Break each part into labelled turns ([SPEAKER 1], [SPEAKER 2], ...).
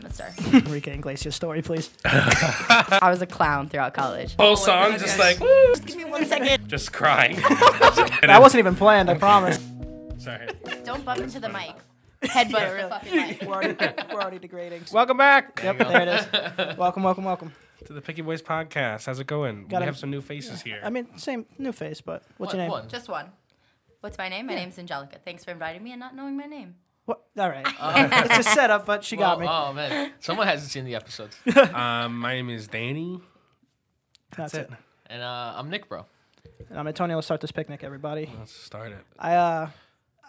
[SPEAKER 1] semester.
[SPEAKER 2] Enrique Iglesias story, please.
[SPEAKER 1] I was a clown throughout college.
[SPEAKER 2] Oh,
[SPEAKER 3] Whole song, Oh, just like, woo,
[SPEAKER 1] Give me one second.
[SPEAKER 3] just crying.
[SPEAKER 2] That wasn't even planned, I promise.
[SPEAKER 3] Sorry.
[SPEAKER 1] Don't bump into the mic. Headbutt the fucking mic.
[SPEAKER 2] We're already, we're already degrading.
[SPEAKER 3] Welcome back
[SPEAKER 2] Yep, there it is. Welcome, welcome, welcome.
[SPEAKER 3] to the Picky Boys podcast. How's it going?
[SPEAKER 2] Got
[SPEAKER 3] we
[SPEAKER 2] it.
[SPEAKER 3] have some new faces here.
[SPEAKER 2] I mean, same new face, but what's your name?
[SPEAKER 4] One.
[SPEAKER 1] Just one. What's my name? My name's Angelica. Thanks for inviting me and not knowing my name.
[SPEAKER 2] What? All right. it's a setup, but she got me.
[SPEAKER 4] Well, Oh man, someone hasn't seen the episodes.
[SPEAKER 3] um, my name is Danny.
[SPEAKER 2] That's, it.
[SPEAKER 4] And uh, I'm Nick, bro.
[SPEAKER 2] And I'm Antonio. Let's start this picnic, everybody.
[SPEAKER 3] Let's start it.
[SPEAKER 2] I uh,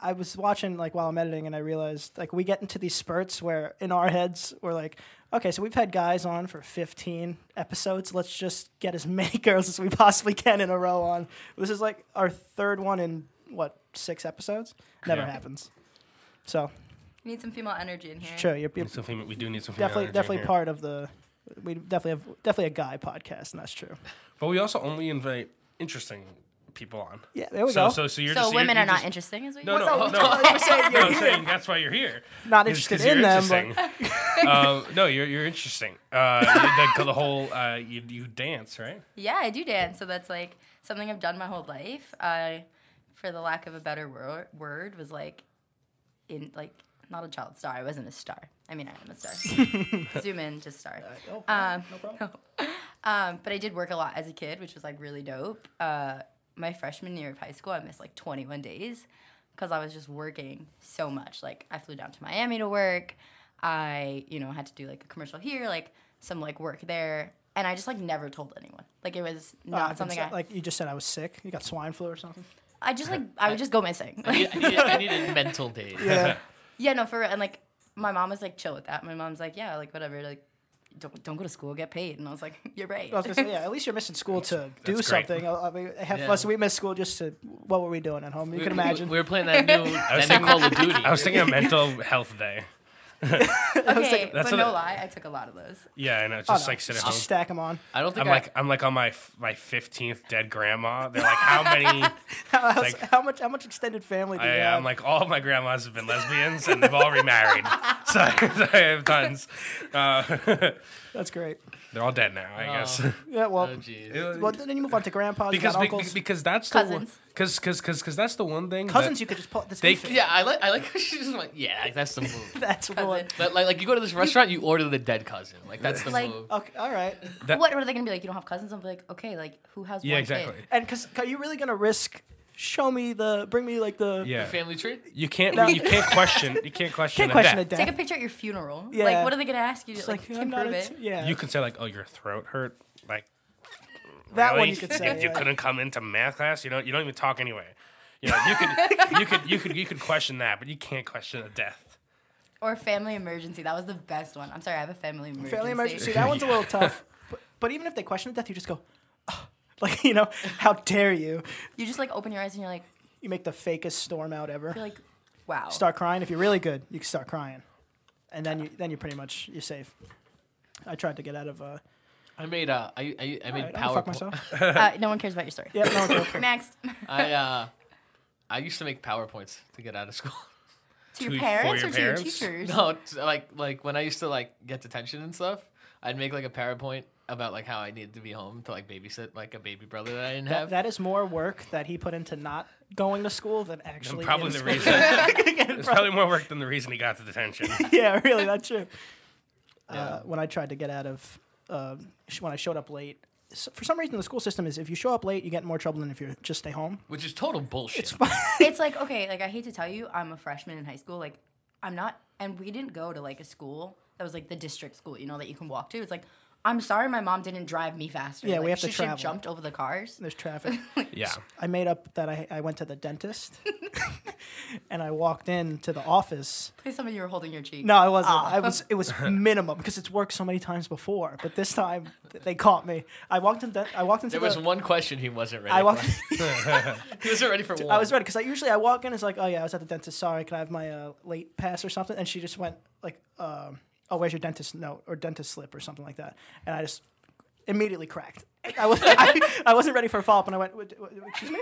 [SPEAKER 2] I was watching like while I'm editing, and I realized like we get into these spurts where in our heads we're like, okay, so we've had guys on for 15 episodes. Let's just get as many girls as we possibly can in a row on. This is like our third one in what six episodes? Never
[SPEAKER 3] Yeah.
[SPEAKER 2] happens. So
[SPEAKER 1] You need some female energy in here.
[SPEAKER 2] sure, you're, you're
[SPEAKER 3] Need some fema- we do need some female
[SPEAKER 2] definitely
[SPEAKER 3] energy
[SPEAKER 2] definitely
[SPEAKER 3] here.
[SPEAKER 2] part of the. We definitely have definitely a guy podcast, and that's true.
[SPEAKER 3] But we also only invite interesting people on.
[SPEAKER 2] Yeah, there we
[SPEAKER 3] so,
[SPEAKER 2] go.
[SPEAKER 3] so so you're
[SPEAKER 1] so
[SPEAKER 3] just,
[SPEAKER 1] women
[SPEAKER 3] you're,
[SPEAKER 1] are not
[SPEAKER 3] you're just,
[SPEAKER 1] interesting, is what
[SPEAKER 3] No,
[SPEAKER 1] you
[SPEAKER 2] That's
[SPEAKER 3] no, no.
[SPEAKER 2] all we're saying.
[SPEAKER 3] No,
[SPEAKER 2] You're
[SPEAKER 3] I'm
[SPEAKER 2] here.
[SPEAKER 3] saying that's why you're here.
[SPEAKER 2] Not
[SPEAKER 3] It's 'cause
[SPEAKER 2] interested
[SPEAKER 3] you're
[SPEAKER 2] in them, but
[SPEAKER 3] interesting. um, no, you're you're interesting. Uh, you- the, the whole uh, you you dance right?
[SPEAKER 1] Yeah, I do dance. So that's like something I've done my whole life. I, for the lack of a better wor- word, was like, in like not a child star. I wasn't a star. I mean, I am a star. Zoom in, just star.
[SPEAKER 2] Uh, no
[SPEAKER 1] Um,
[SPEAKER 2] problem.
[SPEAKER 1] um, but I did work a lot as a kid, which was like really dope. Uh, my freshman year of high school, I missed like 21 days because I was just working so much. Like I flew down to Miami to work. I, you know, had to do like a commercial here, like some like work there, and I just like never told anyone. Like it was
[SPEAKER 2] I've
[SPEAKER 1] not
[SPEAKER 2] been
[SPEAKER 1] something
[SPEAKER 2] sa-
[SPEAKER 1] I
[SPEAKER 2] Ah, like you just said I was sick. You got swine flu or something.
[SPEAKER 1] I just like I would just go missing.
[SPEAKER 4] I need- I needed, I needed mental days.
[SPEAKER 2] Yeah.
[SPEAKER 1] yeah, no, for real. And like my mom was like chill with that. My mom's like, yeah, like whatever, like don't don't go to school, get paid. And I was like, you're right.
[SPEAKER 2] I was gonna say, yeah, at least you're missing school to do
[SPEAKER 3] great.
[SPEAKER 2] something. I I mean, half of
[SPEAKER 4] Yeah.
[SPEAKER 2] us we missed school just to what were we doing at home? You can
[SPEAKER 4] We- we-
[SPEAKER 2] imagine.
[SPEAKER 4] We, were playing that new, that new
[SPEAKER 3] thinking-
[SPEAKER 4] Call of Duty.
[SPEAKER 3] I was thinking of mental health day.
[SPEAKER 1] okay,
[SPEAKER 3] that's
[SPEAKER 1] but
[SPEAKER 3] what
[SPEAKER 1] no
[SPEAKER 3] I-
[SPEAKER 1] lie, I took a lot of those.
[SPEAKER 3] Yeah, and I
[SPEAKER 2] Oh,
[SPEAKER 3] just
[SPEAKER 2] no,
[SPEAKER 3] like sit at
[SPEAKER 2] just
[SPEAKER 3] home.
[SPEAKER 2] stack them on.
[SPEAKER 4] I don't think
[SPEAKER 3] I'm
[SPEAKER 4] I,
[SPEAKER 3] like I'm like on my f- my fifteenth dead grandma. They're like, how many?
[SPEAKER 2] How's-
[SPEAKER 3] like-
[SPEAKER 2] how much? How much extended family do you
[SPEAKER 3] I,
[SPEAKER 2] have?
[SPEAKER 3] am like all of my grandmas have been lesbians and they've all remarried, so, I have tons. Uh,
[SPEAKER 2] That's great.
[SPEAKER 3] they're all dead now, I guess.
[SPEAKER 2] Yeah. Well,
[SPEAKER 4] Oh jeez.
[SPEAKER 2] well, then you move on to grandpas, you
[SPEAKER 3] Uh, because
[SPEAKER 2] got
[SPEAKER 3] be-
[SPEAKER 2] uncles,
[SPEAKER 3] because that's
[SPEAKER 1] Cousins.
[SPEAKER 3] the because because because that's the one thing that-
[SPEAKER 2] cousins. You could just pull this.
[SPEAKER 3] They-
[SPEAKER 2] could fit.
[SPEAKER 4] Yeah, I like. I like. how She just went. Yeah, that's the move.
[SPEAKER 2] That's one.
[SPEAKER 1] Cousin.
[SPEAKER 4] But like, like you go to this restaurant, you order the dead cousin. Like that's the
[SPEAKER 1] Like-
[SPEAKER 4] move.
[SPEAKER 2] Okay. All right.
[SPEAKER 3] That-
[SPEAKER 1] what, what are they gonna be like? You don't have cousins? I'm like, okay, like who has
[SPEAKER 3] yeah
[SPEAKER 1] one
[SPEAKER 3] exactly
[SPEAKER 1] kid?
[SPEAKER 2] And because are you really gonna risk? Show me the. Bring me like the.
[SPEAKER 3] yeah
[SPEAKER 4] Family tree.
[SPEAKER 3] you can't you can't question you can't question
[SPEAKER 2] Can't question a
[SPEAKER 3] that.
[SPEAKER 2] death.
[SPEAKER 1] Take a picture at your funeral.
[SPEAKER 2] Yeah.
[SPEAKER 1] Like what are they gonna ask you to,
[SPEAKER 2] It's
[SPEAKER 1] like,
[SPEAKER 2] like,
[SPEAKER 1] to
[SPEAKER 2] I'm not
[SPEAKER 1] prove
[SPEAKER 2] a
[SPEAKER 1] it?
[SPEAKER 2] t- yeah.
[SPEAKER 3] You can say like, oh, your throat hurt, like
[SPEAKER 2] that one
[SPEAKER 3] really?
[SPEAKER 2] you could say.
[SPEAKER 3] you
[SPEAKER 2] yeah.
[SPEAKER 3] couldn't come into math class. You know, you don't even talk anyway. You know, you could you could you could you could question that, but you can't question a death.
[SPEAKER 1] Or family emergency. That was the best one. I'm sorry, I have a family emergency.
[SPEAKER 2] Family emergency. That one's a little tough. But, but even if they question to death, you just go, "Ugh." like, you know, how dare you?
[SPEAKER 1] You just like open your eyes and you're like
[SPEAKER 2] You make the fakest storm out ever.
[SPEAKER 1] you're like, wow.
[SPEAKER 2] Start crying. If you're really good, you can start crying, and then you then you pretty much you're safe. I tried to get out of. Uh,
[SPEAKER 4] I made. Uh, I I, I made
[SPEAKER 2] I don't
[SPEAKER 4] power.
[SPEAKER 2] fuck myself.
[SPEAKER 1] Uh, no one cares about your story.
[SPEAKER 2] Yeah, no, okay.
[SPEAKER 1] Next
[SPEAKER 4] I uh, I used to make powerpoints to get out of school.
[SPEAKER 1] to
[SPEAKER 3] To-
[SPEAKER 1] your
[SPEAKER 3] for
[SPEAKER 1] parents
[SPEAKER 3] your
[SPEAKER 1] or to your
[SPEAKER 3] parents?
[SPEAKER 1] teachers.
[SPEAKER 4] No, it's like like when I used to like get detention and stuff, I'd make like a PowerPoint about like how I needed to be home to like babysit like a baby brother that I didn't have.
[SPEAKER 2] that is more work that he put into not going to school than actually.
[SPEAKER 3] And probably
[SPEAKER 2] in
[SPEAKER 3] the
[SPEAKER 2] school.
[SPEAKER 3] reason it's probably more work than the reason he got the detention.
[SPEAKER 2] yeah, really, that's true. Uh,
[SPEAKER 4] Yeah.
[SPEAKER 2] when I tried to get out of, uh, sh- when I showed up late, so for some reason the school system is if you show up late, you get in more trouble than if you just stay home.
[SPEAKER 4] which is total bullshit.
[SPEAKER 1] it's like okay, like I hate to tell you, I'm a freshman in high school. Like I'm not, and we didn't go to like a school that was like the district school, you know, that you can walk to. It's like I'm sorry, my mom didn't drive me faster.
[SPEAKER 2] Yeah, we
[SPEAKER 1] Like,
[SPEAKER 2] have to
[SPEAKER 1] she should
[SPEAKER 2] travel.
[SPEAKER 1] jumped over the cars.
[SPEAKER 2] There's traffic.
[SPEAKER 3] Yeah,
[SPEAKER 2] I made up that I, I went to the dentist and I walked in to the office.
[SPEAKER 1] Please, some of you were holding your cheek.
[SPEAKER 2] No, I wasn't. I was it was minimum because it's worked so many times before, but this time th- they caught me. I walked in the, I walked into
[SPEAKER 4] there was
[SPEAKER 2] the
[SPEAKER 4] one question he wasn't ready.
[SPEAKER 2] I
[SPEAKER 4] I
[SPEAKER 2] walked
[SPEAKER 4] he wasn't ready for one.
[SPEAKER 2] I was ready because I usually I walk in it's like, "Oh yeah, I was at the dentist. Sorry, can I have my uh, late pass or something?" And she just went like, um, "Oh, where's your dentist note or dentist slip or something like that?" And I just immediately cracked. I, was, I, I wasn't ready for a follow up, and I went, "What- what- "Excuse me,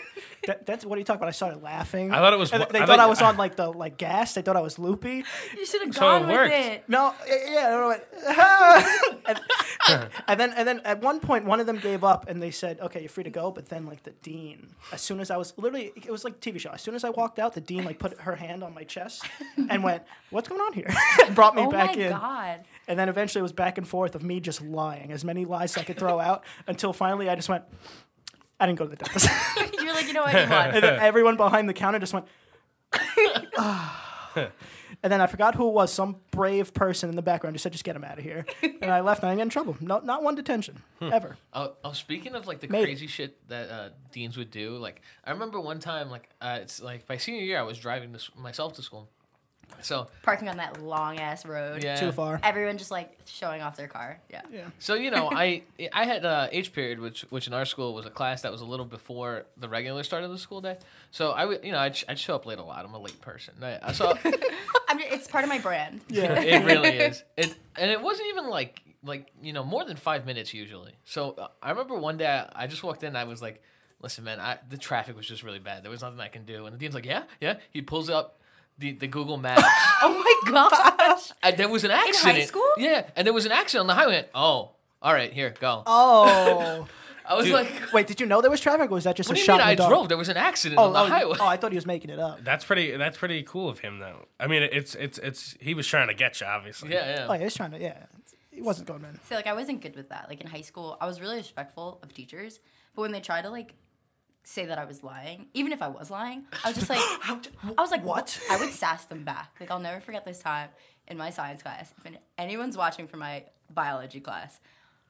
[SPEAKER 2] that, that's what are you talking about?" I started laughing.
[SPEAKER 3] I thought it was
[SPEAKER 2] And
[SPEAKER 3] wa-
[SPEAKER 2] they
[SPEAKER 3] I
[SPEAKER 2] thought I
[SPEAKER 3] thought-
[SPEAKER 2] was on like the like gas. They thought I was loopy.
[SPEAKER 1] You should have
[SPEAKER 3] So
[SPEAKER 1] gone
[SPEAKER 3] it
[SPEAKER 1] with
[SPEAKER 3] worked.
[SPEAKER 1] it.
[SPEAKER 2] No, y- yeah, and I went, "Ah." and, and then and then at one point one of them gave up and they said, "Okay, you're free to go." But then like the dean, as soon as I was literally, it was like TV show. As soon as I walked out, the dean like put her hand on my chest and went, "What's going on here?" and brought me
[SPEAKER 1] Oh my
[SPEAKER 2] back in.
[SPEAKER 1] god.
[SPEAKER 2] And then eventually it was back and forth of me just lying, as many lies as I could throw out, until finally I just went, "I didn't go to the dentist."
[SPEAKER 1] You're like, you know what? You won.
[SPEAKER 2] and then everyone behind the counter just went. "Ah." and then I forgot who it was. Some brave person in the background just said, "Just get him out of here." And I left, and I didn't get in trouble. No, not one detention
[SPEAKER 3] Hmm.
[SPEAKER 2] ever.
[SPEAKER 4] Oh, oh, speaking of like the
[SPEAKER 2] Made it.
[SPEAKER 4] crazy shit that uh, deans would do, like I remember one time, like uh, it's like my senior year, I was driving this myself to school, so
[SPEAKER 1] Parking on that long ass road.
[SPEAKER 4] yeah,
[SPEAKER 2] Too far.
[SPEAKER 1] Everyone just like showing off their car. Yeah.
[SPEAKER 4] So you know, I I had uh, H period, which which in our school was a class that was a little before the regular start of the school day. So I would, you know, I'd, sh- I'd show up late a lot. I'm a late person. I, I saw
[SPEAKER 1] I'm just, it's part of my brand.
[SPEAKER 2] Yeah.
[SPEAKER 4] it really is. It and it wasn't even like like you know more than five minutes usually. So uh, I remember one day I, I just walked in. I was like, "Listen, man, I, the traffic was just really bad. There was nothing I can do." And the dean's like, "Yeah, yeah." He pulls up the the Google Maps.
[SPEAKER 1] Oh my gosh.
[SPEAKER 4] and there was an accident.
[SPEAKER 1] school?
[SPEAKER 4] Yeah, and there was an accident on the highway. Oh, all right, here, go.
[SPEAKER 2] Oh,
[SPEAKER 4] I was like.
[SPEAKER 2] wait! Did you know there was traffic? Or was that just
[SPEAKER 4] What
[SPEAKER 2] a
[SPEAKER 4] do you
[SPEAKER 2] shot?
[SPEAKER 4] mean
[SPEAKER 2] in the
[SPEAKER 4] I
[SPEAKER 2] dark?
[SPEAKER 4] drove? There was an accident
[SPEAKER 2] Oh,
[SPEAKER 4] on the
[SPEAKER 2] oh,
[SPEAKER 4] highway.
[SPEAKER 2] oh, I thought he was making it up.
[SPEAKER 3] That's pretty. That's pretty cool of him, though. I mean, it's it's it's. He was trying to get you, obviously.
[SPEAKER 4] yeah,
[SPEAKER 2] Oh,
[SPEAKER 4] yeah.
[SPEAKER 2] yeah, he was trying to. Yeah, he wasn't going man.
[SPEAKER 1] So like I wasn't good with that. Like in high school, I was really respectful of teachers, but when they tried to like say that I was lying, even if I was lying, I was just like I was like
[SPEAKER 2] what?
[SPEAKER 1] I would sass them back. Like I'll never forget this time in my science class. If anyone's watching from my biology class,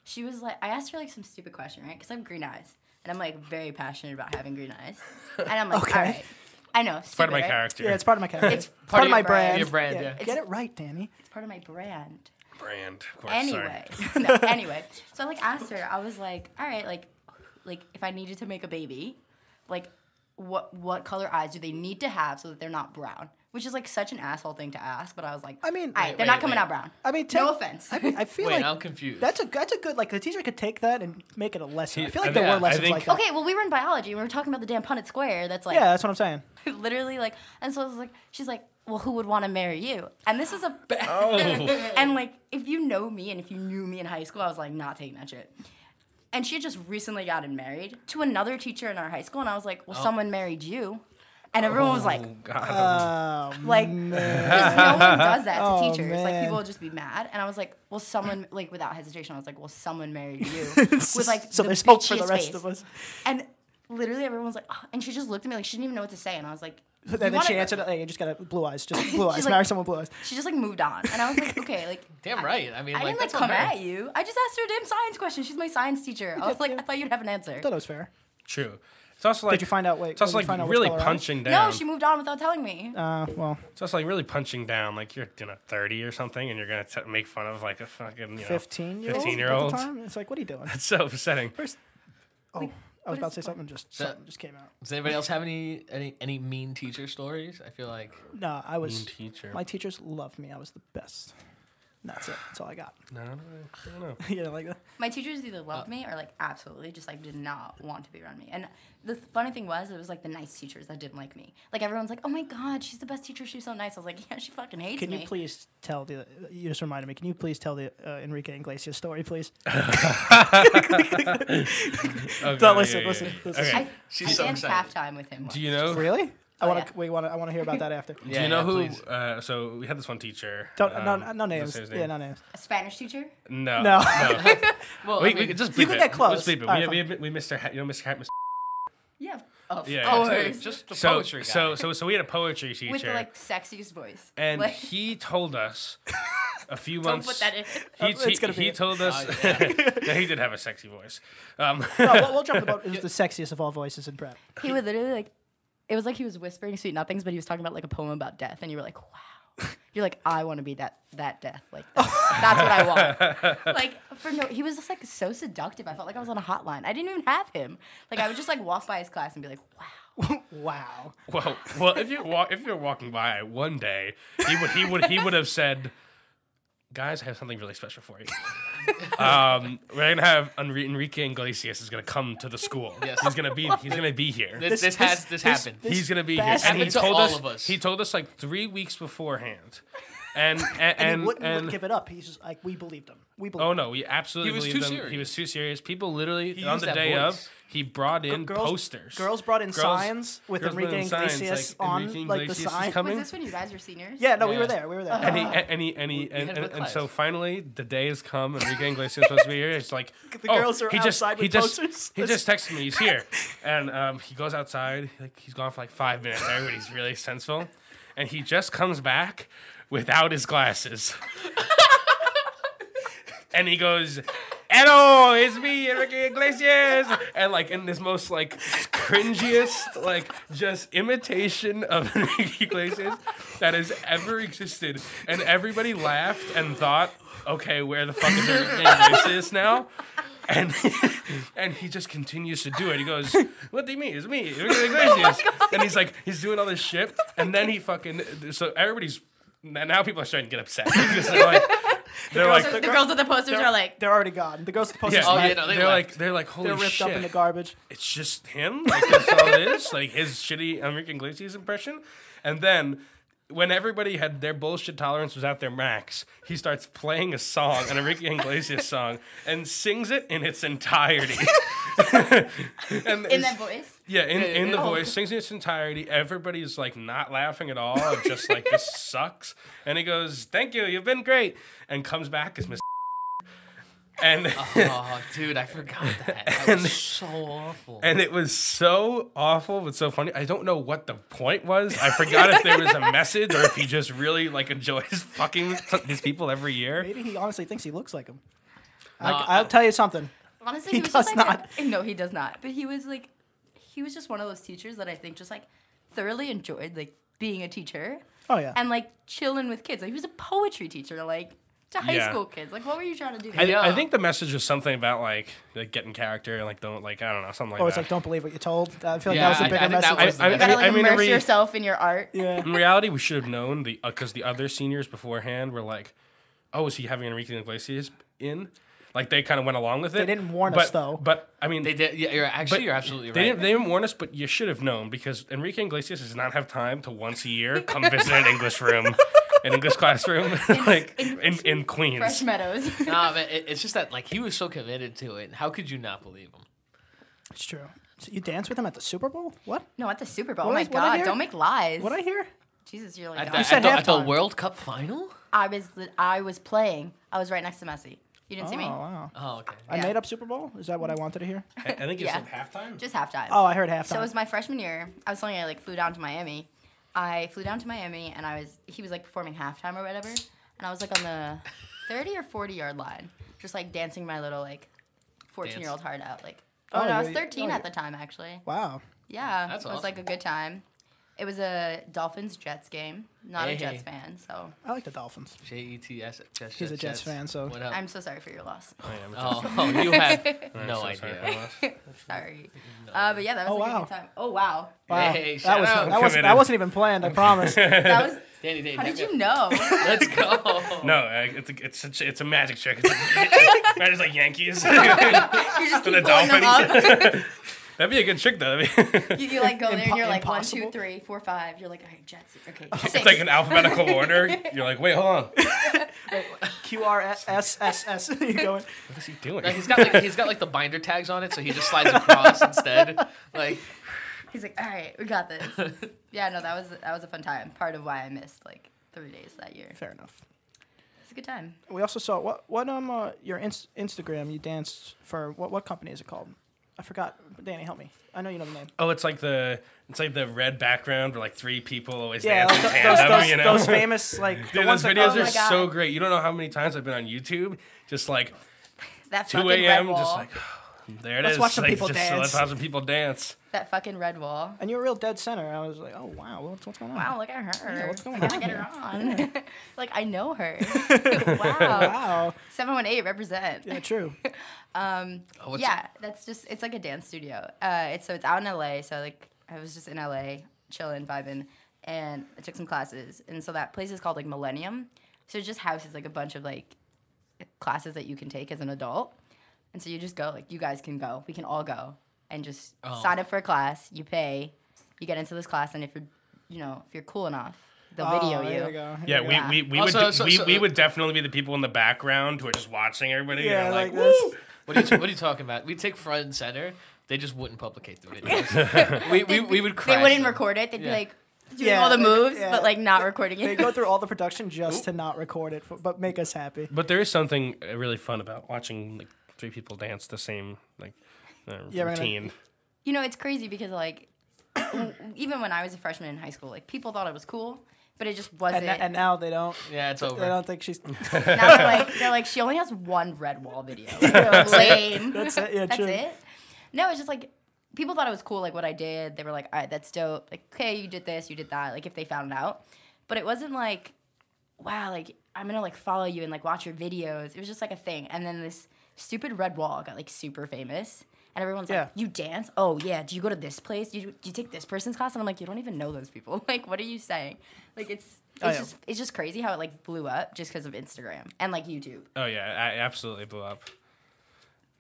[SPEAKER 1] she was like I asked her like some stupid question, right? Because I have green eyes, and I'm like very passionate about having green eyes, and I'm like,
[SPEAKER 2] Okay.
[SPEAKER 1] all right, I know it's
[SPEAKER 3] Part of my character.
[SPEAKER 2] Yeah, it's part of my character.
[SPEAKER 1] It's
[SPEAKER 2] part,
[SPEAKER 4] part
[SPEAKER 2] of
[SPEAKER 4] of
[SPEAKER 2] my
[SPEAKER 1] your brand.
[SPEAKER 4] Your brand, yeah.
[SPEAKER 2] Get it right, Danny.
[SPEAKER 1] It's part of my brand.
[SPEAKER 3] Brand. Of course,
[SPEAKER 1] anyway, no, anyway. So I like asked her. I was like, all right, like, like if I needed to make a baby, like, what what color eyes do they need to have so that they're not brown? Which is like such an asshole thing to ask. But I was like,
[SPEAKER 2] I
[SPEAKER 1] all
[SPEAKER 2] mean-
[SPEAKER 1] right,
[SPEAKER 4] Wait,
[SPEAKER 1] they're
[SPEAKER 4] wait,
[SPEAKER 1] not coming
[SPEAKER 4] wait.
[SPEAKER 1] out brown.
[SPEAKER 2] I mean, take,
[SPEAKER 1] no offense.
[SPEAKER 2] I, mean, I feel
[SPEAKER 4] Wait,
[SPEAKER 2] like
[SPEAKER 4] I'm confused.
[SPEAKER 2] That's a that's a good like the teacher could take that and make it a lesson. I feel like
[SPEAKER 3] I
[SPEAKER 2] there
[SPEAKER 3] think-
[SPEAKER 2] were
[SPEAKER 3] I
[SPEAKER 2] lessons
[SPEAKER 3] think-
[SPEAKER 2] like that.
[SPEAKER 1] okay, well we were in biology and we were talking about the damn Punnett square. That's like
[SPEAKER 2] Yeah, that's what I'm saying.
[SPEAKER 1] literally like, and so I was like, she's like. Well, who would want to marry you? And this is a
[SPEAKER 3] Oh.
[SPEAKER 1] and like if you know me and if you knew me in high school, I was like not taking that shit. And she had just recently gotten married to another teacher in our high school, and I was like,
[SPEAKER 2] Oh.
[SPEAKER 1] well, someone married you, and everyone was like,
[SPEAKER 3] Oh, God.
[SPEAKER 2] Um,
[SPEAKER 1] like, because no one does that to
[SPEAKER 2] Oh,
[SPEAKER 1] teachers. Like
[SPEAKER 2] man.
[SPEAKER 1] people will just be mad, and I was like, well, someone like without hesitation, I was like, well, someone married you with like
[SPEAKER 2] so
[SPEAKER 1] the
[SPEAKER 2] there's hope for the
[SPEAKER 1] bitchiest
[SPEAKER 2] rest
[SPEAKER 1] face.
[SPEAKER 2] of us.
[SPEAKER 1] And literally everyone was like, "Oh," and she just looked at me like she didn't even know what to say, and I was like,
[SPEAKER 2] And
[SPEAKER 1] "You
[SPEAKER 2] then
[SPEAKER 1] wanna
[SPEAKER 2] she
[SPEAKER 1] go-"
[SPEAKER 2] answered, "Hey, you just got to blue eyes, just blue eyes,
[SPEAKER 1] like-
[SPEAKER 2] marry someone with blue eyes."
[SPEAKER 1] She just like moved on, and I was like, okay, like
[SPEAKER 4] Damn right. I mean,
[SPEAKER 1] I
[SPEAKER 4] like,
[SPEAKER 1] didn't like
[SPEAKER 4] that's on
[SPEAKER 1] come
[SPEAKER 4] her.
[SPEAKER 1] at you. I just asked her a damn science question. She's my science teacher. I was like, I thought you'd have an answer.
[SPEAKER 2] I thought it was fair.
[SPEAKER 3] True. It's also like.
[SPEAKER 2] you find out- wait,
[SPEAKER 3] It's also
[SPEAKER 2] did you
[SPEAKER 3] like
[SPEAKER 2] find out which
[SPEAKER 3] really
[SPEAKER 2] color eyes?
[SPEAKER 3] punching down.
[SPEAKER 1] No, she moved on without telling me.
[SPEAKER 2] Uh, well,
[SPEAKER 3] it's also like really punching down. Like you're you know, 30 or something, and you're gonna t- make fun of like a fucking you know,
[SPEAKER 2] 15 year old.
[SPEAKER 3] 15 year
[SPEAKER 2] At
[SPEAKER 3] old.
[SPEAKER 2] the time, it's like, what are you doing?
[SPEAKER 3] It's so upsetting.
[SPEAKER 2] First, oh,
[SPEAKER 1] what
[SPEAKER 2] I was about
[SPEAKER 1] is-
[SPEAKER 2] to say something. Just
[SPEAKER 4] So-
[SPEAKER 2] something just came out.
[SPEAKER 4] Does anybody else have any any any mean teacher stories? I feel like
[SPEAKER 2] No, I was.
[SPEAKER 3] teacher.
[SPEAKER 2] My teachers loved me. I was the best. And that's it. That's all I got.
[SPEAKER 3] No, no, no, no.
[SPEAKER 2] you know, like that.
[SPEAKER 1] My teachers either loved me or like absolutely just like did not want to be around me. And the funny thing was, it was like the nice teachers that didn't like me. Like everyone's like, oh my god, she's the best teacher. She's so nice. I was like, yeah, she fucking hates
[SPEAKER 2] Can
[SPEAKER 1] me.
[SPEAKER 2] you please tell the? You just reminded me. Can you please tell the uh, Enrique Iglesias story, please?
[SPEAKER 3] Okay,
[SPEAKER 2] No,
[SPEAKER 3] yeah,
[SPEAKER 2] listen,
[SPEAKER 3] yeah,
[SPEAKER 2] listen,
[SPEAKER 3] yeah.
[SPEAKER 2] listen.
[SPEAKER 3] Okay.
[SPEAKER 1] I,
[SPEAKER 4] She's
[SPEAKER 1] I
[SPEAKER 4] so
[SPEAKER 1] danced
[SPEAKER 4] excited.
[SPEAKER 1] halftime with him.
[SPEAKER 3] Do you know?
[SPEAKER 2] Really? I
[SPEAKER 1] Oh,
[SPEAKER 2] want
[SPEAKER 1] yeah.
[SPEAKER 2] to. We want. I want to hear about that after.
[SPEAKER 3] Do
[SPEAKER 4] Yeah.
[SPEAKER 3] you know
[SPEAKER 4] please.
[SPEAKER 3] who? Uh, so we had this one teacher.
[SPEAKER 2] Don't,
[SPEAKER 3] um,
[SPEAKER 2] no, no
[SPEAKER 3] let's
[SPEAKER 2] names.
[SPEAKER 3] say his
[SPEAKER 2] Yeah,
[SPEAKER 3] name.
[SPEAKER 2] no names.
[SPEAKER 1] A Spanish teacher?
[SPEAKER 3] No.
[SPEAKER 2] No.
[SPEAKER 4] Well,
[SPEAKER 3] we,
[SPEAKER 4] I mean,
[SPEAKER 3] we could just bleep
[SPEAKER 2] You
[SPEAKER 3] it.
[SPEAKER 2] could get close.
[SPEAKER 3] Let's bleep it.
[SPEAKER 2] All right,
[SPEAKER 3] we, we, we missed our. ha- You know, Mr. Hat. Mr.
[SPEAKER 1] Yeah. Oh,
[SPEAKER 3] Yeah, yeah.
[SPEAKER 1] of
[SPEAKER 4] dude,
[SPEAKER 1] course.
[SPEAKER 4] just the
[SPEAKER 3] So,
[SPEAKER 4] poetry guy.
[SPEAKER 3] so so so we had a poetry teacher,
[SPEAKER 1] with the like sexiest voice.
[SPEAKER 3] and
[SPEAKER 1] like,
[SPEAKER 3] he told us a few
[SPEAKER 1] don't
[SPEAKER 3] months.
[SPEAKER 1] put that in.
[SPEAKER 3] He,
[SPEAKER 2] It's
[SPEAKER 3] he,
[SPEAKER 2] gonna be
[SPEAKER 3] he
[SPEAKER 2] it.
[SPEAKER 3] told us
[SPEAKER 4] Oh,
[SPEAKER 3] Yeah, he did have a sexy voice. Um,
[SPEAKER 2] No, we'll, we'll jump the boat. It was the sexiest of all voices in prep.
[SPEAKER 1] He would literally like, it was like he was whispering sweet nothings, but he was talking about like a poem about death, and you were like, wow. You're like, I want to be that that death, like that's, that's what I want. Like for no, he was just like so seductive. I felt like I was on a hotline. I didn't even have him. Like I would just like walk by his class and be like, wow.
[SPEAKER 2] wow.
[SPEAKER 3] well, well, if you walk, if you're walking by one day, he would he would he would have said, "Guys, I have something really special for you." Um, we're gonna have Enri- Enrique Iglesias is gonna come to the school.
[SPEAKER 4] Yes.
[SPEAKER 3] He's gonna be he's gonna be here.
[SPEAKER 2] This-
[SPEAKER 4] This, this,
[SPEAKER 2] this-
[SPEAKER 4] has this,
[SPEAKER 2] this-
[SPEAKER 4] happened.
[SPEAKER 2] this-
[SPEAKER 3] he's gonna be here.
[SPEAKER 2] bastard.
[SPEAKER 3] And he
[SPEAKER 4] Happened to
[SPEAKER 3] told
[SPEAKER 4] all
[SPEAKER 3] us,
[SPEAKER 4] of us.
[SPEAKER 3] He told us like three weeks beforehand. And
[SPEAKER 2] And,
[SPEAKER 3] and and,
[SPEAKER 2] he wouldn't,
[SPEAKER 3] and-
[SPEAKER 2] wouldn't give it up. He's just like, we believed him. We believed
[SPEAKER 3] oh
[SPEAKER 2] him.
[SPEAKER 3] no, we absolutely
[SPEAKER 4] He was
[SPEAKER 3] believed
[SPEAKER 4] too
[SPEAKER 3] him. He
[SPEAKER 4] serious.
[SPEAKER 3] was too serious. People literally
[SPEAKER 4] He
[SPEAKER 3] on
[SPEAKER 4] used
[SPEAKER 3] the
[SPEAKER 4] that
[SPEAKER 3] day
[SPEAKER 4] voice.
[SPEAKER 3] of he brought in
[SPEAKER 2] girls-
[SPEAKER 3] posters.
[SPEAKER 2] Girls brought in
[SPEAKER 3] Girls-
[SPEAKER 2] signs with
[SPEAKER 3] girls brought in
[SPEAKER 2] Enrique
[SPEAKER 3] signs,
[SPEAKER 2] Iglesias
[SPEAKER 3] like,
[SPEAKER 2] on
[SPEAKER 3] Enrique
[SPEAKER 2] like
[SPEAKER 3] Iglesias
[SPEAKER 2] the
[SPEAKER 3] is
[SPEAKER 2] sign.
[SPEAKER 3] coming.
[SPEAKER 1] Was this when you guys were seniors?
[SPEAKER 2] Yeah, no, we
[SPEAKER 4] Yeah.
[SPEAKER 2] were there. We were there.
[SPEAKER 3] and he and he and he and,
[SPEAKER 4] had a
[SPEAKER 3] and,
[SPEAKER 4] good
[SPEAKER 3] and so
[SPEAKER 4] class.
[SPEAKER 3] finally the day has come and Enrique Iglesias is supposed to be here. It's like
[SPEAKER 2] The
[SPEAKER 3] oh,
[SPEAKER 2] girls are
[SPEAKER 3] he just,
[SPEAKER 2] outside
[SPEAKER 3] he
[SPEAKER 2] with
[SPEAKER 3] just,
[SPEAKER 2] posters.
[SPEAKER 3] He just texted me. He's here, and um, he goes outside. Like he's gone for like five minutes. Everybody's really senseful, and he just comes back without his glasses, and he goes. Hello, it's me, Enrique Iglesias, and like in this most like cringiest, like just imitation of Enrique Iglesias that has ever existed, and everybody laughed and thought, okay, where the fuck is Enrique Iglesias now? And and he just continues to do it. He goes, "What do you mean? It's me, Enrique
[SPEAKER 1] Oh
[SPEAKER 3] Iglesias." and he's like, he's doing all this shit, and then he fucking. So everybody's now people are starting to get upset because they're like, they're like,
[SPEAKER 1] the girls with the posters are like,
[SPEAKER 2] They're already gone. The girls at the posters
[SPEAKER 3] yeah,
[SPEAKER 4] Oh,
[SPEAKER 2] left.
[SPEAKER 4] yeah, no, they
[SPEAKER 3] they are
[SPEAKER 4] left.
[SPEAKER 3] like, they're like, holy
[SPEAKER 2] They're ripped
[SPEAKER 3] shit!
[SPEAKER 2] up in the garbage.
[SPEAKER 3] it's just him. Like that's all it is. Like his shitty Enrique Iglesias impression, and then. When everybody had their bullshit tolerance was at their max, he starts playing a song, an Enrique Iglesias song, and sings it in its entirety. and
[SPEAKER 1] in
[SPEAKER 3] it's-
[SPEAKER 1] that voice.
[SPEAKER 3] yeah, in,
[SPEAKER 4] Yeah,
[SPEAKER 3] in the
[SPEAKER 4] yeah.
[SPEAKER 3] voice, sings in its entirety. Everybody's like not laughing at all, of just like this sucks. And he goes, "Thank you, you've been great," and comes back as Miss. And
[SPEAKER 4] oh, dude, I forgot that. That was so awful.
[SPEAKER 3] and it was so awful, but so funny. I don't know what the point was. I forgot if there was a message or if he just really like enjoys fucking with these people every year.
[SPEAKER 2] Maybe he honestly thinks he looks like him.
[SPEAKER 4] No,
[SPEAKER 2] I, will tell you something.
[SPEAKER 1] Honestly,
[SPEAKER 2] He
[SPEAKER 1] he, was just
[SPEAKER 2] does
[SPEAKER 1] like a- no, he does not. But he was like, he was just one of those teachers that I think just like thoroughly enjoyed like being a teacher
[SPEAKER 2] Oh yeah.
[SPEAKER 1] and like chilling with kids. Like he was a poetry teacher, like to high
[SPEAKER 3] Yeah.
[SPEAKER 1] school kids. Like what were you trying to do?
[SPEAKER 3] I, I
[SPEAKER 4] Yeah.
[SPEAKER 3] think the message was something about like like getting character and like don't like I don't know something like
[SPEAKER 2] Or
[SPEAKER 3] that.
[SPEAKER 2] Oh, it's like, don't believe what you're told. I feel like that
[SPEAKER 4] Yeah,
[SPEAKER 2] was a
[SPEAKER 4] I- I
[SPEAKER 2] bigger
[SPEAKER 4] think that
[SPEAKER 2] message.
[SPEAKER 4] was-
[SPEAKER 3] I, I,
[SPEAKER 1] you gotta
[SPEAKER 3] I,
[SPEAKER 1] like
[SPEAKER 3] I mean,
[SPEAKER 1] immerse
[SPEAKER 3] every-
[SPEAKER 1] yourself in your art.
[SPEAKER 2] yeah.
[SPEAKER 3] In reality, we should have known the because the other seniors beforehand were like, "Oh, is he having Enrique Iglesias in?" Like they kind of went along with it.
[SPEAKER 2] didn't warn
[SPEAKER 3] but,
[SPEAKER 2] us, though.
[SPEAKER 3] But I mean,
[SPEAKER 4] they did. Yeah, you're actually, you're absolutely
[SPEAKER 3] they
[SPEAKER 4] right.
[SPEAKER 3] didn't. They didn't warn us, but you should have known because Enrique Iglesias does not have time to once a year come visit an English room, an English classroom, like in, in, Queens.
[SPEAKER 1] Fresh Meadows.
[SPEAKER 4] Nah, man, it, it's just that like he was so committed to it. and How could you not believe him?
[SPEAKER 2] It's true. So you danced with him at the Super Bowl? What?
[SPEAKER 1] no, at the Super Bowl.
[SPEAKER 2] What
[SPEAKER 1] oh my
[SPEAKER 2] is- what I
[SPEAKER 1] God,
[SPEAKER 2] hear-
[SPEAKER 1] don't make lies.
[SPEAKER 2] What I hear?
[SPEAKER 1] Jesus, you're like,
[SPEAKER 4] At
[SPEAKER 1] "Oh,
[SPEAKER 4] the,
[SPEAKER 2] said
[SPEAKER 4] at the, at
[SPEAKER 2] halftime.
[SPEAKER 4] the World Cup final?
[SPEAKER 1] I was, I was playing. I was right next to Messi. You didn't see
[SPEAKER 2] Oh
[SPEAKER 1] me.
[SPEAKER 2] wow.
[SPEAKER 4] Oh, okay.
[SPEAKER 2] I
[SPEAKER 1] Yeah.
[SPEAKER 2] made up Super Bowl. Is that what I wanted to hear?
[SPEAKER 3] I, I think it's
[SPEAKER 1] Yeah.
[SPEAKER 3] at halftime.
[SPEAKER 1] Just halftime.
[SPEAKER 2] Oh, I heard halftime.
[SPEAKER 1] So it was my freshman year. I was telling you I like flew down to Miami. I flew down to Miami and I was he was like performing halftime or whatever, and I was like on the thirty or forty yard line, just like dancing my little like fourteen year old heart out. Like oh,
[SPEAKER 2] Oh,
[SPEAKER 1] no, I was
[SPEAKER 2] you're-
[SPEAKER 1] thirteen
[SPEAKER 2] oh,
[SPEAKER 1] at the time actually.
[SPEAKER 2] wow.
[SPEAKER 1] Yeah,
[SPEAKER 4] That's
[SPEAKER 1] it was like a
[SPEAKER 4] awesome.
[SPEAKER 1] good time. It was a Dolphins Jets game. Not
[SPEAKER 4] Hey,
[SPEAKER 1] a Jets
[SPEAKER 4] hey.
[SPEAKER 1] fan, so
[SPEAKER 2] I like the Dolphins.
[SPEAKER 4] J E T S. Jets,
[SPEAKER 2] He's a Jets fan, so-
[SPEAKER 4] What up?
[SPEAKER 1] I'm so sorry for your loss.
[SPEAKER 3] I am just-
[SPEAKER 4] oh, oh, you have
[SPEAKER 3] I'm
[SPEAKER 4] no
[SPEAKER 3] so sorry for
[SPEAKER 4] idea.
[SPEAKER 3] my loss.
[SPEAKER 1] Sorry. Uh, but yeah, that was
[SPEAKER 2] Oh,
[SPEAKER 1] like a
[SPEAKER 2] wow.
[SPEAKER 1] good time. Oh wow,
[SPEAKER 2] Wow.
[SPEAKER 4] Hey,
[SPEAKER 2] that
[SPEAKER 4] shout
[SPEAKER 2] was
[SPEAKER 4] out.
[SPEAKER 2] that wasn't, that
[SPEAKER 3] Committed.
[SPEAKER 2] wasn't even planned. I promise.
[SPEAKER 1] that was.
[SPEAKER 4] Danny, Danny,
[SPEAKER 1] How did
[SPEAKER 4] take
[SPEAKER 1] you know?
[SPEAKER 4] it. Let's go.
[SPEAKER 3] No, I- it's a, it's such a, it's a magic trick. It's like, it's like Yankees. That'd
[SPEAKER 1] You just
[SPEAKER 3] To
[SPEAKER 1] keep
[SPEAKER 3] the
[SPEAKER 1] pulling them
[SPEAKER 3] Dolphins.
[SPEAKER 1] up.
[SPEAKER 3] be a good trick though. That'd be-
[SPEAKER 1] You, you like go there and
[SPEAKER 2] Impo-
[SPEAKER 1] you're like one, two,
[SPEAKER 2] impossible.
[SPEAKER 1] three, four, five. You're like, all right, Jets. Okay,
[SPEAKER 3] It's
[SPEAKER 1] six.
[SPEAKER 3] like an alphabetical order. You're like, wait, hold on. What
[SPEAKER 2] Q R S S S S. You going?
[SPEAKER 3] is he doing?
[SPEAKER 4] Like, he's got like he's got like the binder tags on it, so he just slides across instead. Like
[SPEAKER 1] He's like, all right, we got this. yeah, no, that was that was a fun time. Part of why I missed like three days that year.
[SPEAKER 2] Fair enough.
[SPEAKER 1] It's a good time.
[SPEAKER 2] We also saw what what um uh, your inst- Instagram you danced for what what company is it called? I forgot. Danny, help me. I know you know the name.
[SPEAKER 3] Oh, it's like the it's like the red background where like three people always
[SPEAKER 2] Yeah,
[SPEAKER 3] dance
[SPEAKER 2] those,
[SPEAKER 3] in
[SPEAKER 2] those,
[SPEAKER 3] tandem.
[SPEAKER 2] those,
[SPEAKER 3] Oh, you know,
[SPEAKER 2] those famous like the
[SPEAKER 3] Dude,
[SPEAKER 2] ones
[SPEAKER 3] those
[SPEAKER 2] that
[SPEAKER 3] videos
[SPEAKER 1] Oh
[SPEAKER 3] are
[SPEAKER 1] my God.
[SPEAKER 3] so great. You don't know how many times I've been on YouTube, just like
[SPEAKER 1] That
[SPEAKER 3] two
[SPEAKER 1] fucking red
[SPEAKER 3] a.m.
[SPEAKER 1] wall.
[SPEAKER 3] Just like there it
[SPEAKER 2] Let's
[SPEAKER 3] is.
[SPEAKER 2] watch some
[SPEAKER 3] Like,
[SPEAKER 2] people
[SPEAKER 3] just,
[SPEAKER 2] dance.
[SPEAKER 3] Let's watch some people dance.
[SPEAKER 1] that fucking red wall.
[SPEAKER 2] and you're a real dead center. I was like, oh wow, what's, what's going on?
[SPEAKER 1] Wow, look at her.
[SPEAKER 2] Yeah, what's going
[SPEAKER 1] Gotta
[SPEAKER 2] on
[SPEAKER 1] Get
[SPEAKER 2] here?
[SPEAKER 1] her on. like I know her. wow.
[SPEAKER 2] Wow.
[SPEAKER 1] Seven one eight represent.
[SPEAKER 2] Yeah, true.
[SPEAKER 4] oh, what's
[SPEAKER 1] yeah, that's just it's like a dance studio. Uh, it's so it's out in LA. So like I was just in LA chilling, vibing, and I took some classes. And so that place is called like Millennium. So it just houses like a bunch of like classes that you can take as an adult. And so you just go, like, you guys can go. We can all go and just
[SPEAKER 4] Oh.
[SPEAKER 1] sign up for a class. You pay, you get into this class, and if you're, you know, if you're cool enough, they'll video
[SPEAKER 2] Oh, there
[SPEAKER 1] you.
[SPEAKER 2] you go.
[SPEAKER 3] Yeah, we, we, we,
[SPEAKER 4] Also,
[SPEAKER 3] would,
[SPEAKER 4] so-
[SPEAKER 3] we,
[SPEAKER 4] so-
[SPEAKER 3] we would definitely be the people in the background who are just watching everybody.
[SPEAKER 2] Yeah,
[SPEAKER 3] Yeah, like,
[SPEAKER 2] like this.
[SPEAKER 3] "Woo!"
[SPEAKER 4] What are you, what are you talking about? We take front and center. They just wouldn't publicate the videos. we, we, we would crash
[SPEAKER 1] They wouldn't
[SPEAKER 4] them.
[SPEAKER 1] record it. They'd be
[SPEAKER 4] Yeah.
[SPEAKER 1] like doing
[SPEAKER 2] Yeah,
[SPEAKER 1] all the
[SPEAKER 2] they-
[SPEAKER 1] moves,
[SPEAKER 2] yeah.
[SPEAKER 1] but like not recording
[SPEAKER 2] They
[SPEAKER 1] it.
[SPEAKER 2] go through all the production just to not record it, for, but make us happy.
[SPEAKER 3] But there is something uh, really fun about watching like three people dance the same like uh,
[SPEAKER 2] Yeah, right, like-
[SPEAKER 3] routine.
[SPEAKER 1] you know, it's crazy because like even when I was a freshman in high school, like people thought it was cool, but it just wasn't.
[SPEAKER 2] And, and now they don't.
[SPEAKER 4] Yeah, it's
[SPEAKER 2] They
[SPEAKER 4] over.
[SPEAKER 2] don't think she's.
[SPEAKER 1] now they're like, they're like, she only has one red wall video. Lame.
[SPEAKER 2] That's it. Yeah,
[SPEAKER 1] That's
[SPEAKER 2] true.
[SPEAKER 1] it. No, it's just like people thought it was cool, like what I did. They were like, all right, that's dope. Like, okay, you did this, you did that. Like if they found out, but it wasn't like, wow, like I'm gonna like follow you and like watch your videos. It was just like a thing. And then this stupid red wall got like super famous. And everyone's
[SPEAKER 2] Yeah.
[SPEAKER 1] like, you dance? Oh, yeah. Do you go to this place? Do you, do you take this person's class? And I'm like, you don't even know those people. Like, what are you saying? Like, it's it's,
[SPEAKER 2] Oh, yeah.
[SPEAKER 1] just, it's just crazy how it, like, blew up just because of Instagram and, like, YouTube.
[SPEAKER 3] Oh yeah, I absolutely blew up.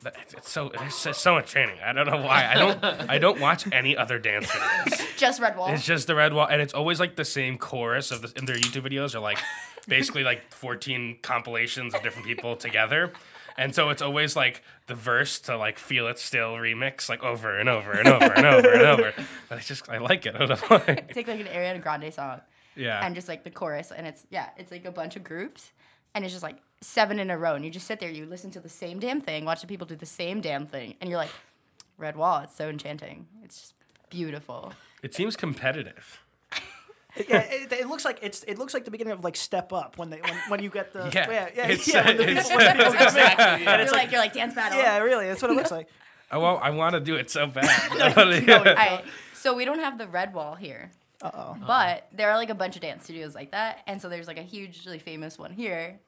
[SPEAKER 3] That- It's it's so it's just so much training. I don't know why. I don't I don't watch any other dance videos.
[SPEAKER 1] Just red wall.
[SPEAKER 3] It's just the red wall, and it's always like the same chorus of the, in their YouTube videos are like basically like fourteen compilations of different people together. And so it's always like the verse to like feel it still remix like over and over and over and over and over. And I just I like it. I don't know why.
[SPEAKER 1] Take, like, an Ariana Grande song.
[SPEAKER 3] Yeah.
[SPEAKER 1] and just like the chorus and it's yeah it's like a bunch of groups and it's just like seven in a row and you just sit there you listen to the same damn thing watch the people do the same damn thing and you're like red wall it's so enchanting it's just beautiful
[SPEAKER 3] It seems competitive.
[SPEAKER 2] Yeah, it, it looks like it's. It looks like the beginning of like Step Up when they when, when you get the
[SPEAKER 3] Yeah,
[SPEAKER 2] yeah yeah,
[SPEAKER 3] it's-
[SPEAKER 2] yeah, when the people-
[SPEAKER 3] it's-
[SPEAKER 2] when the people come in.
[SPEAKER 4] Exactly. yeah.
[SPEAKER 1] you're like, you're like dance battle
[SPEAKER 2] yeah really that's what it looks like.
[SPEAKER 3] I want, I want to do it so bad.
[SPEAKER 1] All right, so we don't have the red wall here
[SPEAKER 2] Uh oh.
[SPEAKER 1] but there are like a bunch of dance studios like that and so there's like a hugely famous one here